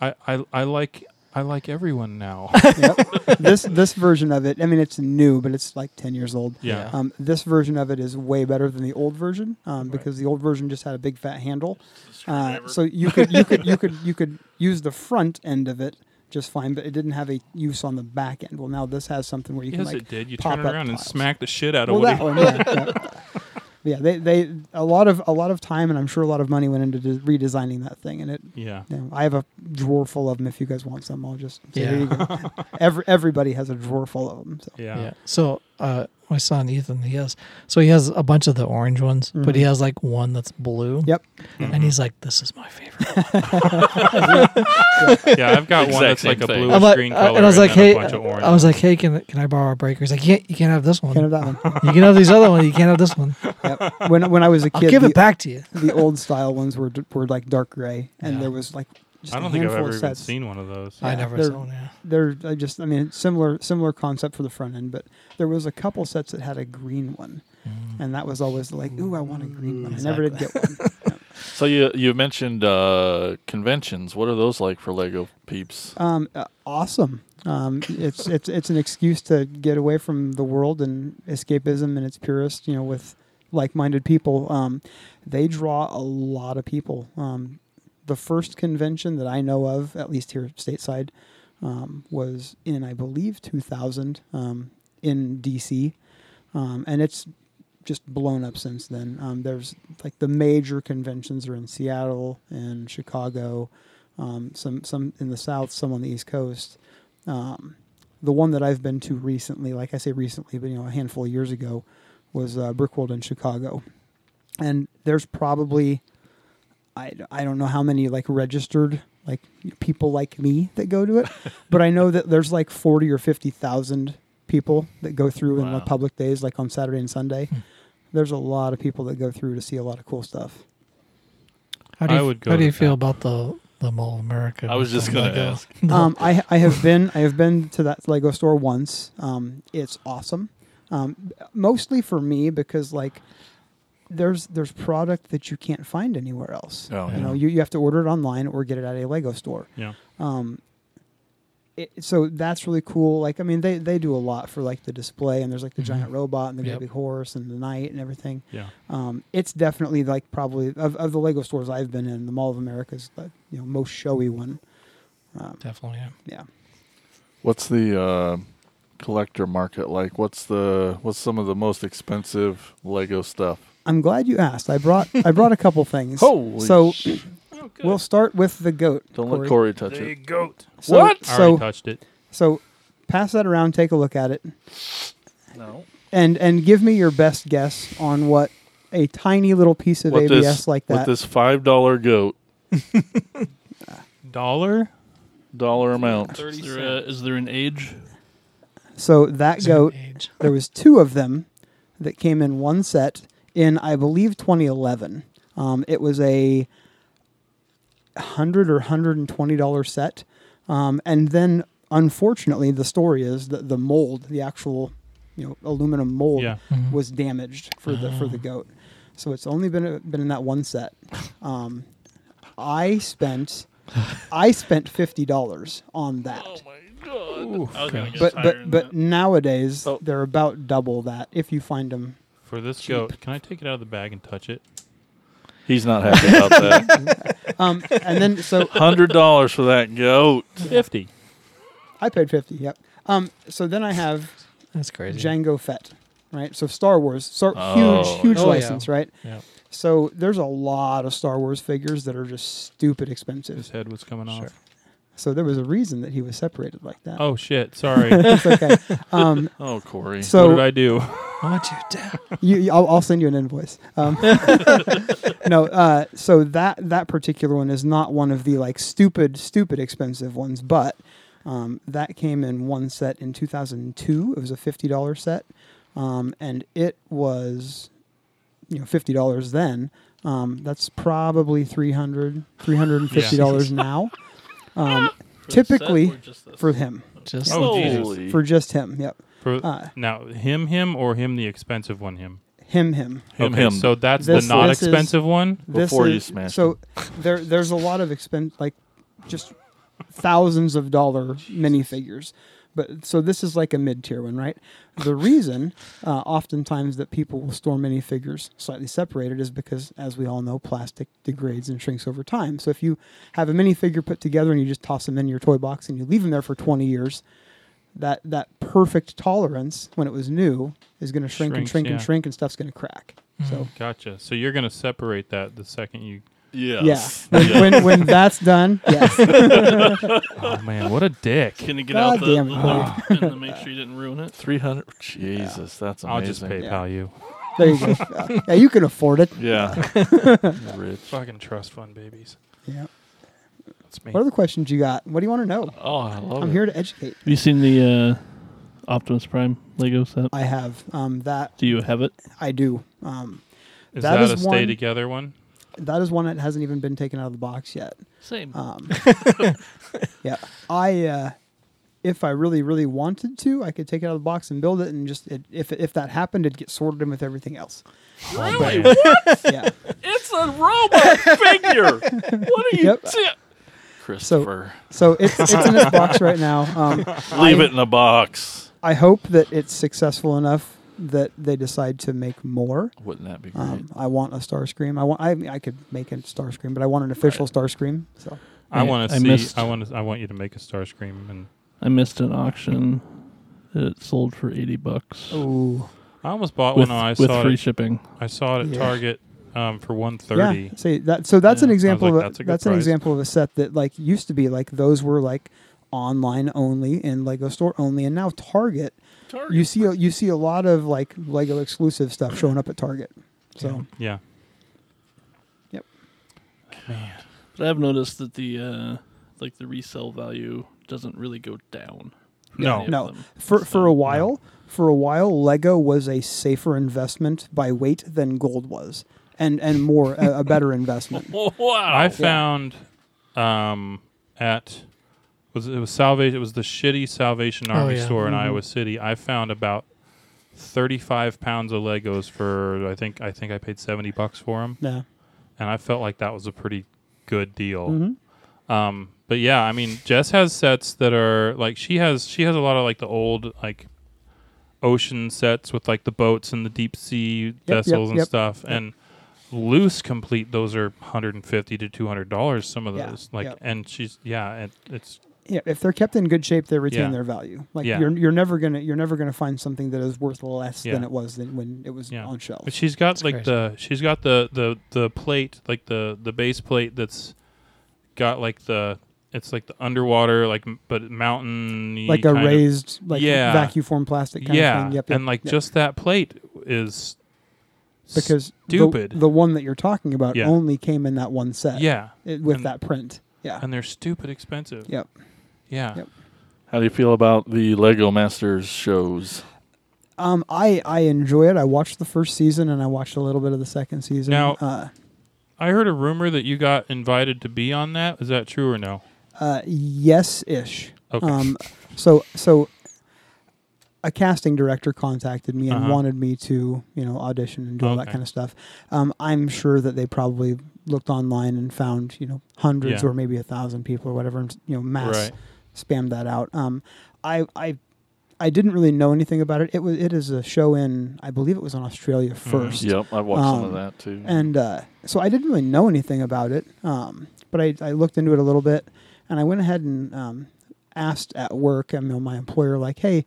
C: I, I I like I like everyone now.
D: this this version of it. I mean, it's new, but it's like ten years old.
C: yeah.
D: Um, this version of it is way better than the old version um, because the old version just had a big fat handle. Uh, so you could you could you could you could use the front end of it just fine, but it didn't have a use on the back end. Well, now this has something where you can
C: Yes,
D: like
C: it did. You
D: pop
C: turn it
D: up
C: around and
D: tiles.
C: smack the shit out
D: Well,
C: of
D: that
C: what
D: one, yeah. yeah. Yeah, they, they a lot of a lot of time and I'm sure a lot of money went into de- redesigning that thing, and it.
C: he, Yeah.
D: You know, I have a drawer full of them. If you guys want some, I'll just say, here
E: Yeah.
D: you go. Every, everybody has a drawer full of them. So.
C: Yeah.
E: So uh, my son Ethan, he has so he has a bunch of the orange ones, but
D: Mm-hmm.
E: he has like one that's blue.
D: Yep.
C: Mm-hmm.
E: and he's like, "This is my favorite."
C: Yeah. I've got one
B: Exact
C: that's like
B: same
C: a
B: thing.
C: blue
E: I'm like,
C: green
E: uh,
C: color
E: and I was like,
C: then
E: "Hey,"
C: a bunch of orange.
E: I was like, "Hey, can can I borrow a breaker?" He's like, "You can't, you can't have this one.
D: Kind of that one.
E: You can have these other one. You can't have this one.
D: Yep. When when I was a
E: I'll
D: kid,
E: give
D: the,
E: it back to you."
D: the old style ones were were like dark gray, and
E: Yeah.
D: there was like just
C: I
D: a
C: don't think I've
D: handful
C: ever
D: of
C: even
D: sets.
C: seen one of those.
E: I
D: Yeah,
E: never
D: they're-
E: saw one. Yeah.
D: They're uh, just, I mean, similar similar concept for the front end, but there was a couple sets that had a green one,
E: Mm.
D: and that was always like, ooh, I want a green one. I never did get one.
B: So you you mentioned uh, conventions. What are those like for Lego peeps?
D: Um, uh, awesome. Um, it's it's it's an excuse to get away from the world and escapism and its purest, you know, with like-minded people. Um, they draw a lot of people. Um, the first convention that I know of, at least here stateside, um, was in I believe 2000 um, in DC, um, and it's just blown up since then. Um, there's like the major conventions are in Seattle and Chicago, um, some some in the South, some on the East Coast. Um, the one that I've been to recently, like I say recently, but you know a handful of years ago, was uh, Brickworld in Chicago, and there's probably I, I don't know how many like registered like people like me that go to it, but I know that there's like forty or fifty thousand people that go through in the
B: Wow.
D: public days, like on Saturday and Sunday. There's a lot of people that go through to see a lot of cool stuff.
E: How do you,
C: I would go
E: how do
C: to
E: you feel
C: that.
E: about the the Mall of America?
B: I was just
E: from
B: gonna
E: Lego?
B: ask.
D: um, I I have been I have been to that Lego store once. Um, it's awesome, um, mostly for me because like there's there's product that you can't find anywhere else.
B: Oh,
D: you
B: yeah.
D: know, you, you have to order it online or get it at a Lego store.
C: Yeah.
D: It, so that's really cool. Like I mean, they they do a lot for like the display and there's like the
B: Mm-hmm.
D: giant robot and the
E: Yep.
D: big horse and the knight and everything.
C: Yeah.
D: Um, it's definitely like probably of, of the Lego stores I've been in, the Mall of America is the you know most showy one.
E: Definitely. Yeah.
D: Yeah.
B: What's the uh, collector market like? What's the what's some of the most expensive Lego stuff?
D: I'm glad you asked. I brought I brought a couple things.
B: Holy Oh,
D: so
B: sh-
D: we'll start with the goat.
B: Don't
D: Corey.
B: let Corey touch it.
C: goat.
D: So,
B: What?
C: I already
D: So
C: touched it.
D: so pass that around. Take a look at it,
B: No.
D: and and give me your best guess on what a tiny little piece of
B: What
D: ABS
B: this
D: like
B: With
D: that.
B: this five dollar goat
C: Dollar?
B: Dollar amount.
C: Thirty
F: Is there, a, is there an age?
D: So that goat,
E: Age.
D: there was two of them that came in one set in I believe 2011. Um, it was a hundred or hundred and twenty dollar set, um, and then unfortunately the story is that the mold, the actual you know aluminum mold,
C: Yeah.
D: was damaged for the for the goat. So it's only been been in that one set. Um, I spent I spent fifty dollars on that
B: Oh
F: my god! I was gonna guess
D: but
F: higher
D: but
F: than
D: but
F: that.
D: nowadays
B: Oh.
D: they're about double that if you find them.
C: For this goat, can I take it out of the bag and touch it?
B: He's not happy about that.
D: Um, and then so
B: Hundred dollars for that goat.
C: 50.
D: I paid fifty. Yep. Um, so then I have
E: That's crazy.
D: Django Fett, right? So Star Wars, so
B: Oh.
D: huge huge
E: Oh, yeah.
D: license, right?
C: Yeah.
D: So there's a lot of Star Wars figures that are just stupid
C: His
D: expensive.
C: head was coming
E: Sure.
C: off.
D: So there was a reason that he was separated like that.
C: Oh, shit. Sorry. what
D: It's okay. Um,
B: Oh, Corey.
D: so
C: did I do?
E: What you did.
D: you, you- I'll, I'll send you an invoice. Um, no, uh, so that that particular one is not one of the like stupid, stupid expensive ones, but um, that came in one set in 2002. It was a fifty dollar set, um, and it was you know fifty dollars then. Um, that's probably 300 350 dollars now. Um,
F: For the set
D: typically
F: or just this?
D: for him,
E: Just
C: Oh, Jesus.
B: Holy.
D: for just him. Yep,
C: For-
D: Uh.
C: now, him, him, or him, the expensive one, him?
D: him, him.
B: Him,
C: okay,
B: him.
C: So that's
D: This-
C: the not
D: this is-
C: expensive one?
B: Before you smash
D: So there, there's a lot of expense, like just thousands of dollar minifigures. But so this is like a mid tier one, right? The reason, uh, oftentimes, that people will store minifigures slightly separated is because, as we all know, plastic degrades and shrinks over time. So if you have a minifigure put together and you just toss them in your toy box and you leave them there for 20 years, that that perfect tolerance when it was new is going to shrink and
C: Shrinks,
D: shrink and
C: yeah.
D: shrink and stuff's going to crack. So
C: Gotcha. So you're going to separate that the second you.
B: Yes.
D: yeah. When, when when that's done, yes.
C: Oh, man. What a dick.
F: Can you get
D: God
F: out the, the
D: damn it.
F: loaf and then make sure you didn't ruin it?
B: Three hundred. Jesus, that's amazing.
C: I'll just PayPal you.
D: There you go. Yeah, yeah, you can afford it.
B: Yeah. Rich.
C: Fucking trust fund babies.
D: Yeah.
C: That's me.
D: What other questions you got? What do you want to know?
B: Oh, I love
D: I'm
B: it.
D: here to educate.
F: Have you seen the uh, Optimus Prime Lego set?
D: I have um, that.
F: Do you have it?
D: I do. Um,
C: Is
D: That
C: that,
D: is
C: a stay
D: one-
C: together one?
D: that is one that hasn't even been taken out of the box yet.
F: Same.
D: Um, yeah, I. Uh, if I really, really wanted to, I could take it out of the box and build it, and just it, if if that happened, it'd get sorted in with everything else.
C: Oh, man.
D: Yeah.
F: it's a robot figure. What are you?
D: yep.
B: Christopher.
D: So it's it's in its box right now. Um,
B: Leave it in a box.
D: I hope that it's successful enough that they decide to make more.
B: Wouldn't that be great?
D: Um, I want a Starscream. I want. I, mean, I could make a Starscream, but I want an official Starscream. So
C: I
F: I-
C: want
F: I
C: to see.
F: missed-
C: I want. I want you to make a star scream, and
F: I missed an auction. It sold for eighty bucks
D: oh,
C: I almost bought
F: with,
C: one. I
F: with
C: saw
F: free
C: it.
F: shipping.
C: I saw it at
D: Yeah.
C: Target um, for one
D: yeah.
C: thirty.
D: See that. So that's an
F: Yeah,
D: example.
C: sounds like
D: of a,
C: that's
D: that's
C: a good
D: an
C: price.
D: example of a set that like used to be like those were like online only and Lego store only, and now Target. You see a, you see a lot of like Lego exclusive stuff showing up at Target. So
C: Yeah.
F: But I've noticed that the uh, like the resale value doesn't really go down. for
C: No.
F: any of
D: No.
F: them.
D: for for a
F: So,
D: while, for a while, Lego was a safer investment by weight than gold was, and and more a, a better investment.
F: wow.
C: I found um, at was it was Salvation. It was the shitty Salvation Army
E: yeah.
C: store in Iowa City. I found about thirty-five pounds of Legos for. I think. I think I paid seventy bucks for them.
D: Yeah.
C: and I felt like that was a pretty good deal.
D: Mm-hmm.
C: Um, but yeah, I mean, Jess has sets that are like she has she has a lot of like the old like ocean sets with like the boats and the deep sea
D: yep,
C: vessels and
D: yep.
C: stuff, and loose complete those are 150 to 200 dollars some of
D: Yeah,
C: those like
D: yep.
C: and she's yeah it, it's
D: yeah, if they're kept in good shape, they retain
C: Yeah.
D: their value. Like
C: Yeah.
D: you're you're never gonna you're never gonna find something that is worth less than
C: Yeah.
D: it was than when it was
C: Yeah.
D: on shelves.
C: But she's got like
E: crazy.
C: the she's got the the the plate like the the base plate that's got like the it's like the underwater like m- but mountain
D: Like a raised like
C: Yeah.
D: vacuum form plastic kind
C: yeah
D: of thing. Yep, yep,
C: and like
D: yep.
C: just that plate is
D: because the-
C: Stupid.
D: The, one that you're talking about
C: Yeah.
D: only came in that one set.
C: Yeah.
D: it- with
C: And-
D: that print. Yeah.
C: And they're stupid expensive.
D: yep.
C: Yeah.
D: Yep.
B: How do you feel about the Lego Masters shows?
D: Um, I I enjoy it. I watched the first season and I watched a little bit of the second season.
C: Now-
D: uh,
C: I heard a rumor that you got invited to be on that. Is that true or no?
D: uh, yes, ish.
C: Okay.
D: Um, so so a casting director contacted me and
C: Uh-huh.
D: wanted me to you know audition and do all that
C: Okay.
D: kind of stuff. Um, I'm sure that they probably looked online and found you know hundreds
C: Yeah.
D: or maybe a thousand people or whatever and you know mass
C: Right.
D: spammed that out. Um, I I. I didn't really know anything about it. It was it is a show in I believe it was in
C: Mm,
D: Australia first.
B: Yep, I watched some
D: Um,
B: of that too.
D: And uh, so I didn't really know anything about it, um, but I, I looked into it a little bit, and I went ahead and um, asked at work, I mean, my employer, like, hey,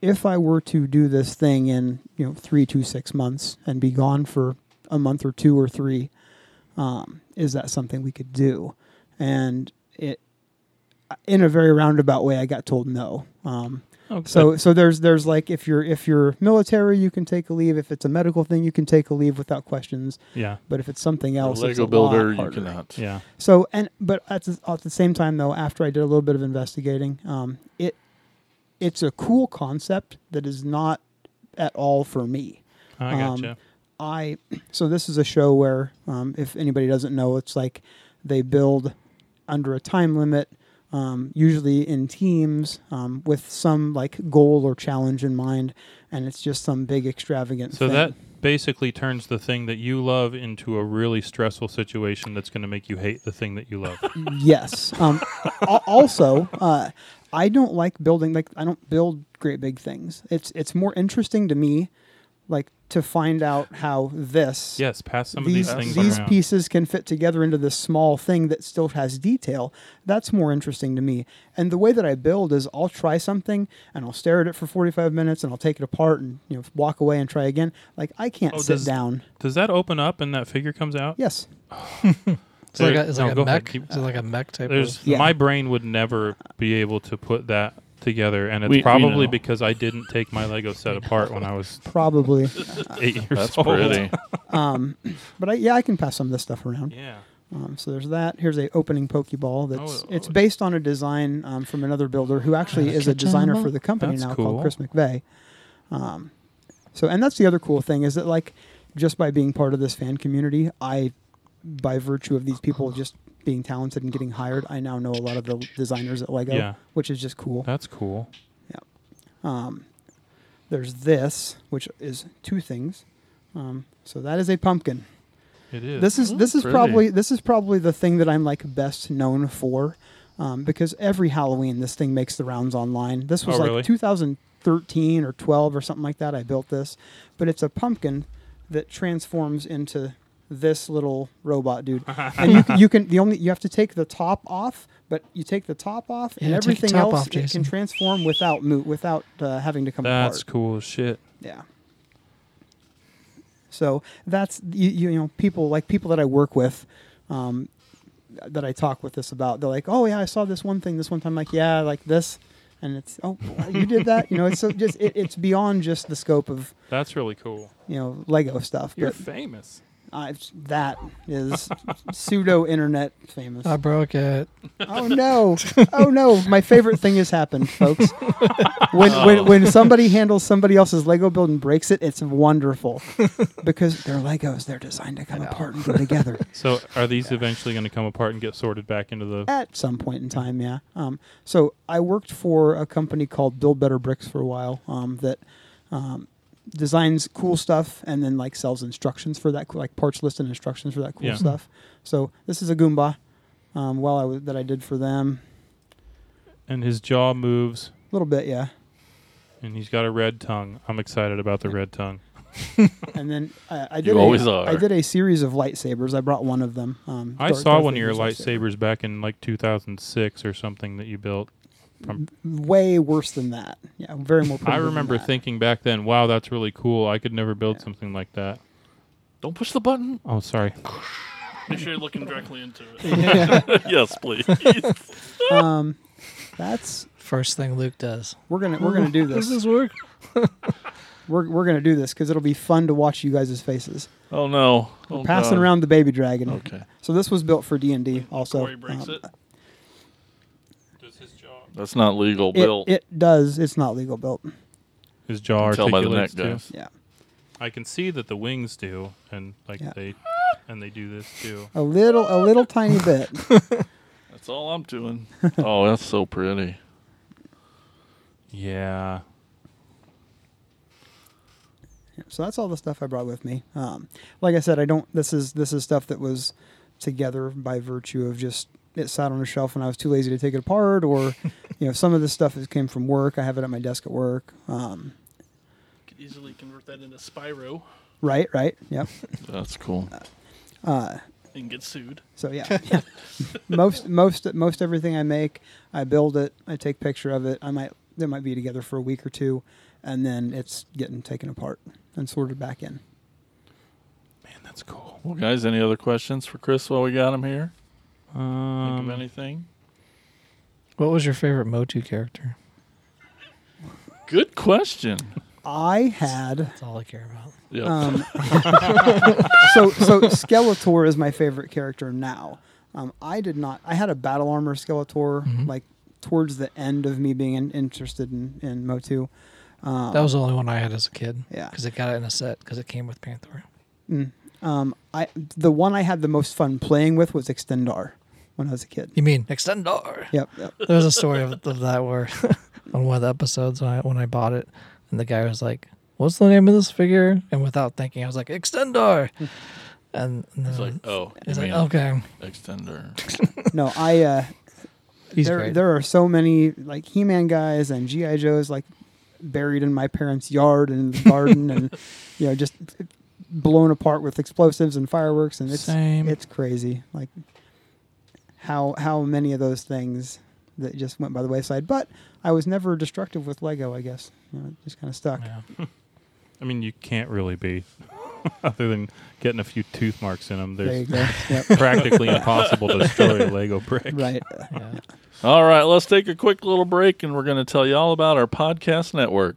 D: if I were to do this thing in you know three to six months and be gone for a month or two or three, um, is that something we could do? And it, in a very roundabout way, I got told no. Um,
E: Oh,
C: Okay.
D: so so there's there's like if you're if you're military you can take a leave if it's a medical thing you can take a leave without questions
C: yeah.
D: but if it's something
B: The
D: else it's
B: Lego
D: a lot
B: builder, you
D: harder.
B: cannot.
C: Yeah.
D: so and but at the, at the same time though after I did a little bit of investigating um, it it's a cool concept that is not at all for me
C: I
D: Um,
C: gotcha.
D: I so this is a show where um, if anybody doesn't know, it's like they build under a time limit, um, usually in teams um, with some like goal or challenge in mind, and it's just some big extravagant.
C: so
D: thing.
C: that basically turns the thing that you love into a really stressful situation that's going to make you hate the thing that you love.
D: yes. Um, al- also, uh, I don't like building. Like I don't build great big things. It's it's more interesting to me, like to find out how this
C: yes. Pass some
D: these
C: of these things
D: these
C: around.
D: pieces can fit together into this small thing that still has detail. That's more interesting to me. And the way that I build is I'll try something and I'll stare at it for 45 minutes and I'll take it apart and you know walk away and try again. Like I can't
C: Oh,
D: sit
C: does-
D: down.
C: Does that open up and that figure comes out?
D: Yes.
E: It's like a,
C: There-
E: it's
C: no,
E: like
C: go
E: a
C: ahead,
E: mech.
C: keep-
D: Uh,
E: It's like a mech type.
C: There's
E: of,
D: Yeah.
C: my brain would never be able to put that together, and it's
F: We- we
C: probably
F: know.
C: because I didn't take my Lego set apart when I was
D: Probably,
C: eight years
B: That's
C: old.
B: pretty.
D: but I, yeah, I can pass some of this stuff around.
C: Yeah.
D: Um, so there's that. Here's a opening pokeball. That's
C: Oh,
D: it's
C: oh.
D: based on a design um, from another builder who actually is a
E: Catch 'em
D: designer for
E: all.
D: the company
C: That's
D: now
C: cool.
D: called Chris McVeigh. Um, so and that's the other cool thing is that like just by being part of this fan community, I by virtue of these people
C: Oh.
D: just being talented and getting hired, I now know a lot of the designers at Lego,
C: Yeah.
D: which is just cool.
C: That's cool.
D: There's this, which is two things. Um, so that is a pumpkin.
C: It is.
D: this is this is
B: pretty.
D: probably this is probably the thing that I'm like best known for, um, because every Halloween this thing makes the rounds online. This was
C: Oh,
D: like
C: really?
D: 2013 or 12 or something like that. I built this, but it's a pumpkin that transforms into this little robot dude, and you, can- you can the only you have to take the top off, but you take the top off and
E: Yeah, take the
D: everything
E: top
D: else
E: off,
D: it can
E: Jason.
D: transform without mo- without uh, having to come apart.
C: That's cool as shit.
D: Yeah. So that's you, you know people like people that I work with, um, that I talk with this about. They're like, oh yeah, I saw this one thing this one time. Like yeah, like this, and it's oh you did that. You know, it's so just it, it's beyond just the scope of
C: That's really cool.
D: you know Lego stuff.
C: You're
D: But
C: famous.
D: I, that is pseudo internet famous.
E: I broke it.
D: Oh no! Oh no! My favorite thing has happened, folks. When when, when somebody handles somebody else's Lego build and breaks it, it's wonderful because they're Legos. They're designed to come apart and go together.
C: So are these eventually going to come apart and get sorted back into the?
D: At some point in time, yeah. Um, so I worked for a company called Build Better Bricks for a while um, that um, designs cool stuff and then like sells instructions for that, cool- like parts list and instructions for that cool
C: Yeah.
D: stuff. So this is a Goomba. Um, well, I was, that I did for them
C: And his jaw moves,
D: a little bit, yeah.
C: and he's got a red tongue. I'm excited about the red tongue.
D: And then uh, I, I did. a-
B: always are.
D: I did a series of lightsabers. I brought one of them. Um,
C: I
D: Darth-
C: saw
D: Darth
C: one of your
D: Vader's
C: lightsabers back in like 2006 or something that you built.
D: Way worse than that. Yeah, very more.
C: I
D: primitive than
C: remember
D: that.
C: thinking back then, wow, that's really cool. I could never build something like that.
B: Don't push the button.
C: Oh, sorry.
F: Make sure you're looking directly into it.
B: yes, please.
D: That's
E: First thing Luke does.
D: we're gonna we're gonna do this.
F: work?
D: We're, we're going to do this because it'll be fun to watch you guys' faces.
B: Oh no. Oh,
D: Passing
B: God.
D: around the baby dragon.
B: Okay.
D: So this was built for D&D also.
F: Corey breaks
D: Um,
F: it.
C: Does his jaw?
B: That's not legal, Bill.
D: It, it does. It's not legal built.
C: His jaw
B: Tell by the
C: articulates
B: neck,
C: too.
B: guys.
D: Yeah.
C: I can see that the wings do, and like
D: Yeah.
C: they, and they do this too.
D: A little, a little tiny bit.
B: That's all I'm doing. oh, that's so pretty.
C: Yeah.
D: So that's all the stuff I brought with me. Um, like I said, I don't. This is this is stuff that was together by virtue of just it sat on a shelf and I was too lazy to take it apart, or you know, some of this stuff is came from work. I have it at my desk at work. Um,
F: Could easily convert that into Spyro
D: right, right, yep.
B: That's cool.
D: Uh,
F: and get sued.
D: So yeah, yeah. most most most everything I make, I build it, I take picture of it. I might they might be together for a week or two, and then it's getting taken apart and sorted back in.
C: Man, that's cool.
B: Well, guys, any other questions for Chris while we got him here? Think of
C: Um,
B: anything?
E: What was your favorite Motu character?
B: Good question.
D: um, I had
E: That's all I care about.
B: Yep.
D: Um, so so Skeletor is my favorite character now. Um, I did not. I had a battle armor Skeletor
E: Mm-hmm.
D: like towards the end of me being in, interested in in Motu. Um,
E: that was the only one I had as a kid.
D: Yeah.
E: because it got it in a set because it came with Panther.
D: Um, I the one I had the most fun playing with was Extendar when I was a kid.
E: You mean Extendor?
D: Yep. yep.
E: There was a story of, of that where on one of the episodes when I when I bought it, and the guy was like, "What's the name of this figure?" And without thinking, I was like, "Extendor," and, and then
B: it's like, oh,
E: he's
B: you
E: like,
B: mean
E: "Okay,
B: extender.
D: No, I. Uh,
E: he's
D: there
E: great."
D: there are so many like He-Man guys and GI Joes like buried in my parents' yard and in the garden and you know just blown apart with explosives and fireworks and it's
E: Same.
D: it's crazy like how how many of those things that just went by the wayside but I was never destructive with Lego I guess you know, it just kind of stuck
E: Yeah.
C: I mean, you can't really be, other than getting a few tooth marks in them.
D: there you
C: There's
D: go yep.
C: practically impossible to destroy a Lego brick.
D: right
E: Yeah.
B: All right, let's take a quick little break and we're going to tell you all about our podcast network.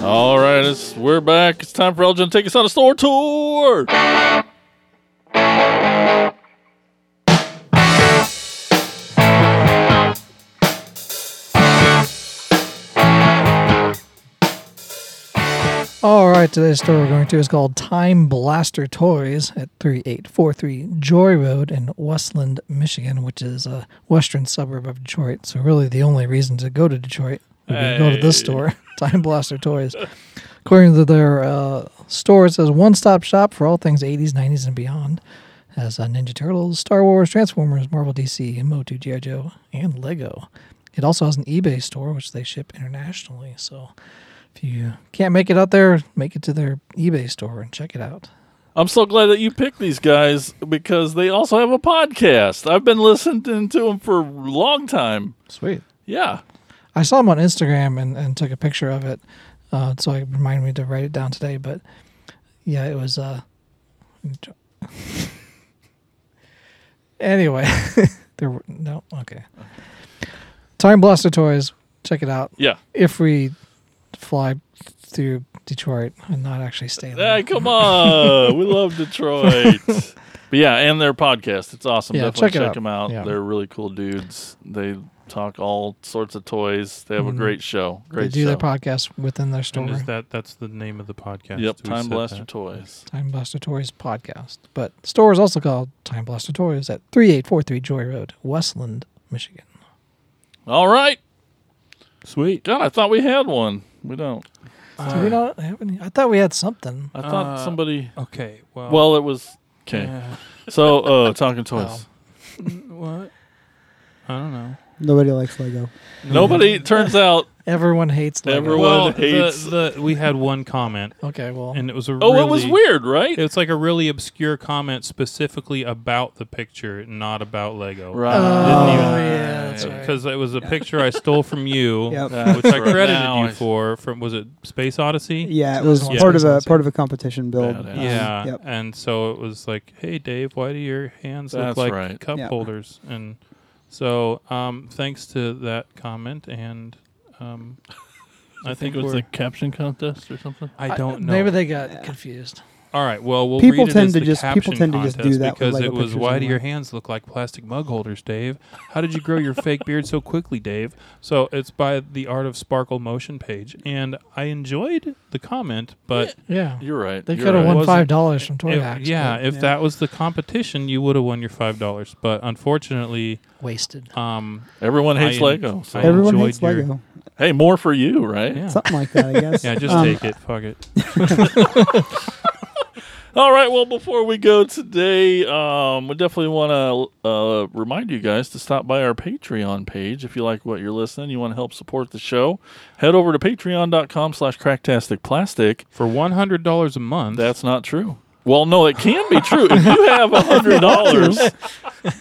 B: All right, it's, we're back. It's time for Elgin to take us on a store tour.
E: All right, today's store we're going to is called Time Blaster Toys at 3843 Joy Road in Westland, Michigan, which is a western suburb of Detroit. So, really, the only reason to go to Detroit would be to go to this store, Time Blaster Toys. According to their uh, store, it says one stop shop for all things 80s, 90s, and beyond. Has uh, Ninja Turtles, Star Wars, Transformers, Marvel DC, Motu, G.I. Joe, and Lego. It also has an eBay store, which they ship internationally. So if you can't make it out there, make it to their eBay store and check it out.
B: I'm so glad that you picked these guys because they also have a podcast. I've been listening to them for a long time.
E: Sweet.
B: Yeah.
E: I saw him on Instagram and, and took a picture of it. Uh, so it reminded me to write it down today. But yeah, it was. Uh, anyway, there were no okay. Time Blaster Toys, check it out.
B: Yeah.
E: If we fly through Detroit and not actually stay there,
B: Hey, come on. we love Detroit. but yeah, and their podcast. It's awesome.
E: Yeah,
B: Definitely
E: check it out.
B: them out.
E: Yeah.
B: They're really cool dudes. They talk all sorts of toys. They have a great show. Great
E: Mm-hmm. they do
B: show.
E: their podcast within their store.
C: And is that that's the name of the podcast?
B: Yep,
C: We
B: Time
C: said
B: Blaster
C: that.
B: Toys.
E: Time Blaster Toys podcast. But the store is also called Time Blaster Toys at 3843 Joy Road, Westland, Michigan.
B: All right.
C: Sweet.
B: God, I thought we had one. We don't.
E: Do we not have any? I thought we had something.
B: I thought
C: Uh,
B: somebody.
C: Okay. Well.
B: Well, it was okay.
C: yeah. Oh.
B: So, uh, talking toys.
C: what? I don't know.
D: Nobody likes Lego.
B: Nobody. Turns out.
E: Everyone hates Lego.
B: Everyone-
C: Well,
B: hates-
C: Oh, the, the, we had one comment,
E: Okay, well,
C: and it was a.
B: Oh, it was
C: really-
B: weird, right?
C: It's like a really obscure comment specifically about the picture, not about Lego.
B: Right. Uh,
E: Oh, yeah, that's right.
C: Because it was a picture I stole from you, uh,
D: Yep.
B: That's
C: which I
B: right.
C: credited
B: Now I
C: you for. From was it Space Odyssey?
D: Yeah, it
E: So
D: was
E: those ones
D: part
E: make
D: of a
E: sense,
D: part of a competition build.
B: Badass.
D: Um,
C: Yeah,
D: Yep.
C: and so it was like, "Hey, Dave, why do your hands
B: That's
C: look like
B: right.
C: cup
D: Yeah.
C: holders?" And so, um, thanks to that comment, and um, I,
F: I think
C: think,
F: it was
C: we're-
F: the caption contest or something.
C: I don't know.
E: Maybe they got confused.
C: All right, well, we'll
D: People
C: read it
D: tend
C: as
D: to
C: the
D: just- people
C: caption
D: tend to just do
C: contest
D: that
C: because
D: with Lego
C: it was,
D: pictures
C: "Why do your
D: online."
C: hands look like plastic mug holders, Dave? How did you grow your fake beard so quickly, Dave?" So it's by the Art of Sparkle Motion page, and I enjoyed the comment, but.
E: Yeah,
B: You're right.
E: they
B: you're
E: could have
B: right.
E: won
C: Wasn't-
E: five dollars from Toy
C: If-
E: Hacks.
C: yeah,
E: but
C: if that was the competition, you would have won your five dollars. But unfortunately,
E: wasted.
C: um,
B: Everyone
C: I
B: hates
C: en-
B: Lego. so-
C: I
D: Everyone
C: enjoyed
D: hates
C: your-
D: Lego.
B: Hey, more for you, right?
C: yeah,
D: Something like that, I guess.
C: yeah, just
D: Um,
C: take it. Fuck it.
B: All right. Well, before we go today, um, we definitely want to uh, remind you guys to stop by our Patreon page if you like what you're listening. You want to help support the show. Head over to Patreon.com/slash Cracktasticplastic.
C: For one hundred dollars a month,
B: That's not true. Well, no, it can be true. If you have a hundred dollars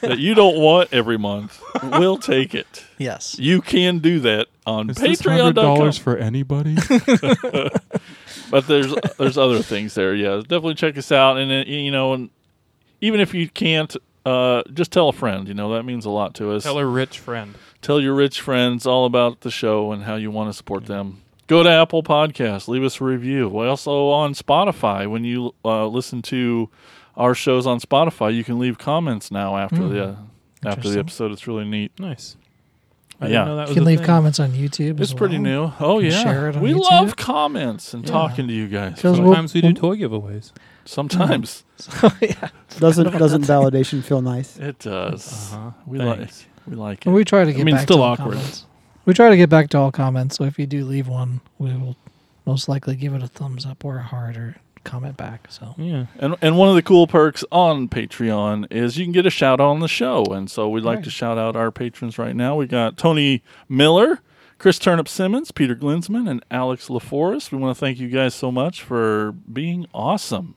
B: that you don't want every month, we'll take it.
E: Yes,
B: You can do that on
C: is this
B: Patreon.com.
C: hundred dollars for anybody?
B: but there's there's other things there. Yeah, definitely check us out, and uh, you know, and even if you can't, uh, just tell a friend. You know, that means a lot to us.
C: Tell a rich friend.
B: Tell your rich friends all about the show and how you want to support them. Go to Apple Podcasts, leave us a review. We're also on Spotify. When you uh, listen to our shows on Spotify, you can leave comments now after the uh, after the
E: Hmm. Interesting.
B: episode. It's really neat.
C: Nice. I
B: Yeah.
C: didn't know that
E: you
C: was
E: can
C: a
E: leave
C: thing.
E: comments on YouTube.
B: It's
E: as
B: pretty
E: well.
B: new. Oh
E: Can
B: yeah,
E: share it on
B: we
E: YouTube.
B: love comments and
E: Yeah.
B: talking to you guys.
E: 'Cause we'll-
C: Sometimes we do toy giveaways.
E: Mm.
B: Sometimes
E: yeah.
D: Doesn't doesn't validation feel nice?
B: it does.
C: Uh-huh.
B: We
C: Thanks.
B: like we like it.
E: Well, we try to get.
F: mean,
E: back
F: still
E: to all
F: awkward.
E: Comments. We try to get back to all comments. So if you do leave one, we will most likely give it a thumbs up or a heart or comment back. So
C: Yeah.
B: And and one of the cool perks on Patreon is you can get a shout out on the show. And so we'd like
E: Right.
B: to shout out our patrons right now. We got Tony Miller, Chris Turnip Simmons, Peter Glinsman, and Alex LaForest. We want to thank you guys so much for being awesome.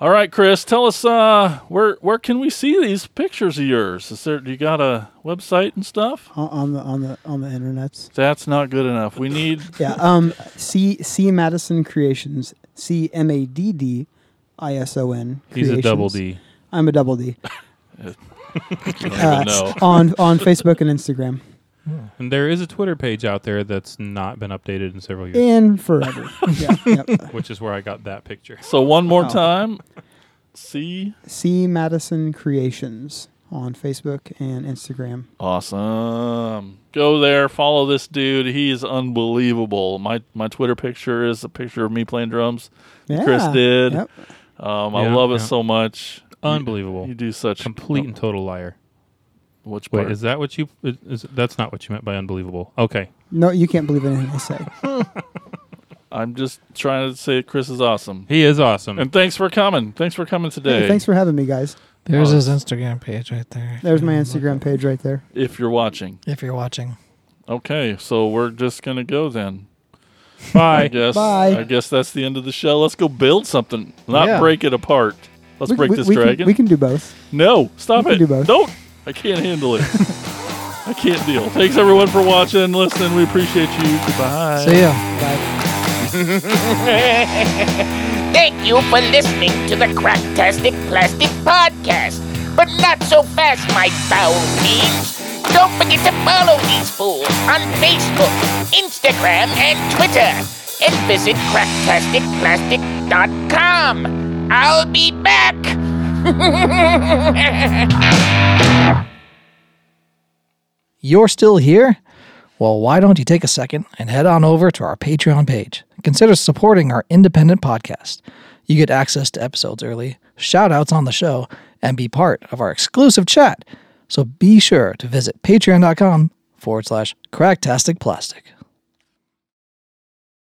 B: All right, Chris, tell us uh, where where can we see these pictures of yours? Is there do you got a website and stuff?
D: On, on the on the on the internets.
B: That's not good enough. We need
D: Yeah. Um. C C Madison Creations. C M A D D I S O N.
C: He's a double
D: Creations.
C: D.
D: I'm a double D.
B: I don't
D: Uh,
B: even know.
D: on on Facebook and Instagram
C: And there is a Twitter page out there that's not been updated in several years,
D: and forever. yeah, yep.
C: which is where I got that picture.
B: So one more
D: Oh.
B: time. See
D: C Madison Creations on Facebook and Instagram.
B: Awesome. Go there, follow this dude. He is unbelievable. My my Twitter picture is a picture of me playing drums.
D: Yeah.
B: Chris did.
D: Yep.
B: Um, I
C: Yeah,
B: love it
C: yeah.
B: so much.
C: Unbelievable.
B: You do such
C: Complete
B: um,
C: and total liar.
B: which
C: Wait,
B: part?
C: is that what you? Is, is- that's not what you meant by unbelievable. Okay.
D: No, you can't believe anything I say.
B: I'm just trying to say Chris is awesome.
C: He is awesome.
B: And thanks for coming. Thanks for coming today.
D: Hey, thanks for having me, guys.
E: there's
B: Oh,
E: his Instagram page right there. if
D: There's
E: you
D: my
E: wanna look
D: Instagram
E: up-
D: page right there.
B: if you're watching.
E: If you're watching,
B: Okay, so we're just gonna go then. I
C: Bye.
B: guess
D: Bye.
B: I guess that's the end of the show. Let's go build something. Not
E: Yeah.
B: break it apart. Let's
D: We-
B: break
D: we-
B: this
D: we can-
B: dragon.
D: we can do both.
B: No, stop
D: We
B: it.
D: can do both.
B: Don't. I can't handle it. I can't deal. Thanks everyone for watching and listening. We appreciate you. Goodbye.
E: so yeah.
A: Thank you for listening to the Cracktastic Plastic Podcast. But not so fast, my foul fiends. Don't forget to follow these fools on Facebook, Instagram, and Twitter. And visit cracktasticplastic.com. I'll be back.
E: You're still here? Well, why don't you take a second and head on over to our Patreon page? Consider supporting our independent podcast. You get access to episodes early, shout outs on the show, and be part of our exclusive chat. So be sure to visit patreon.com forward slash cracktastic plastic.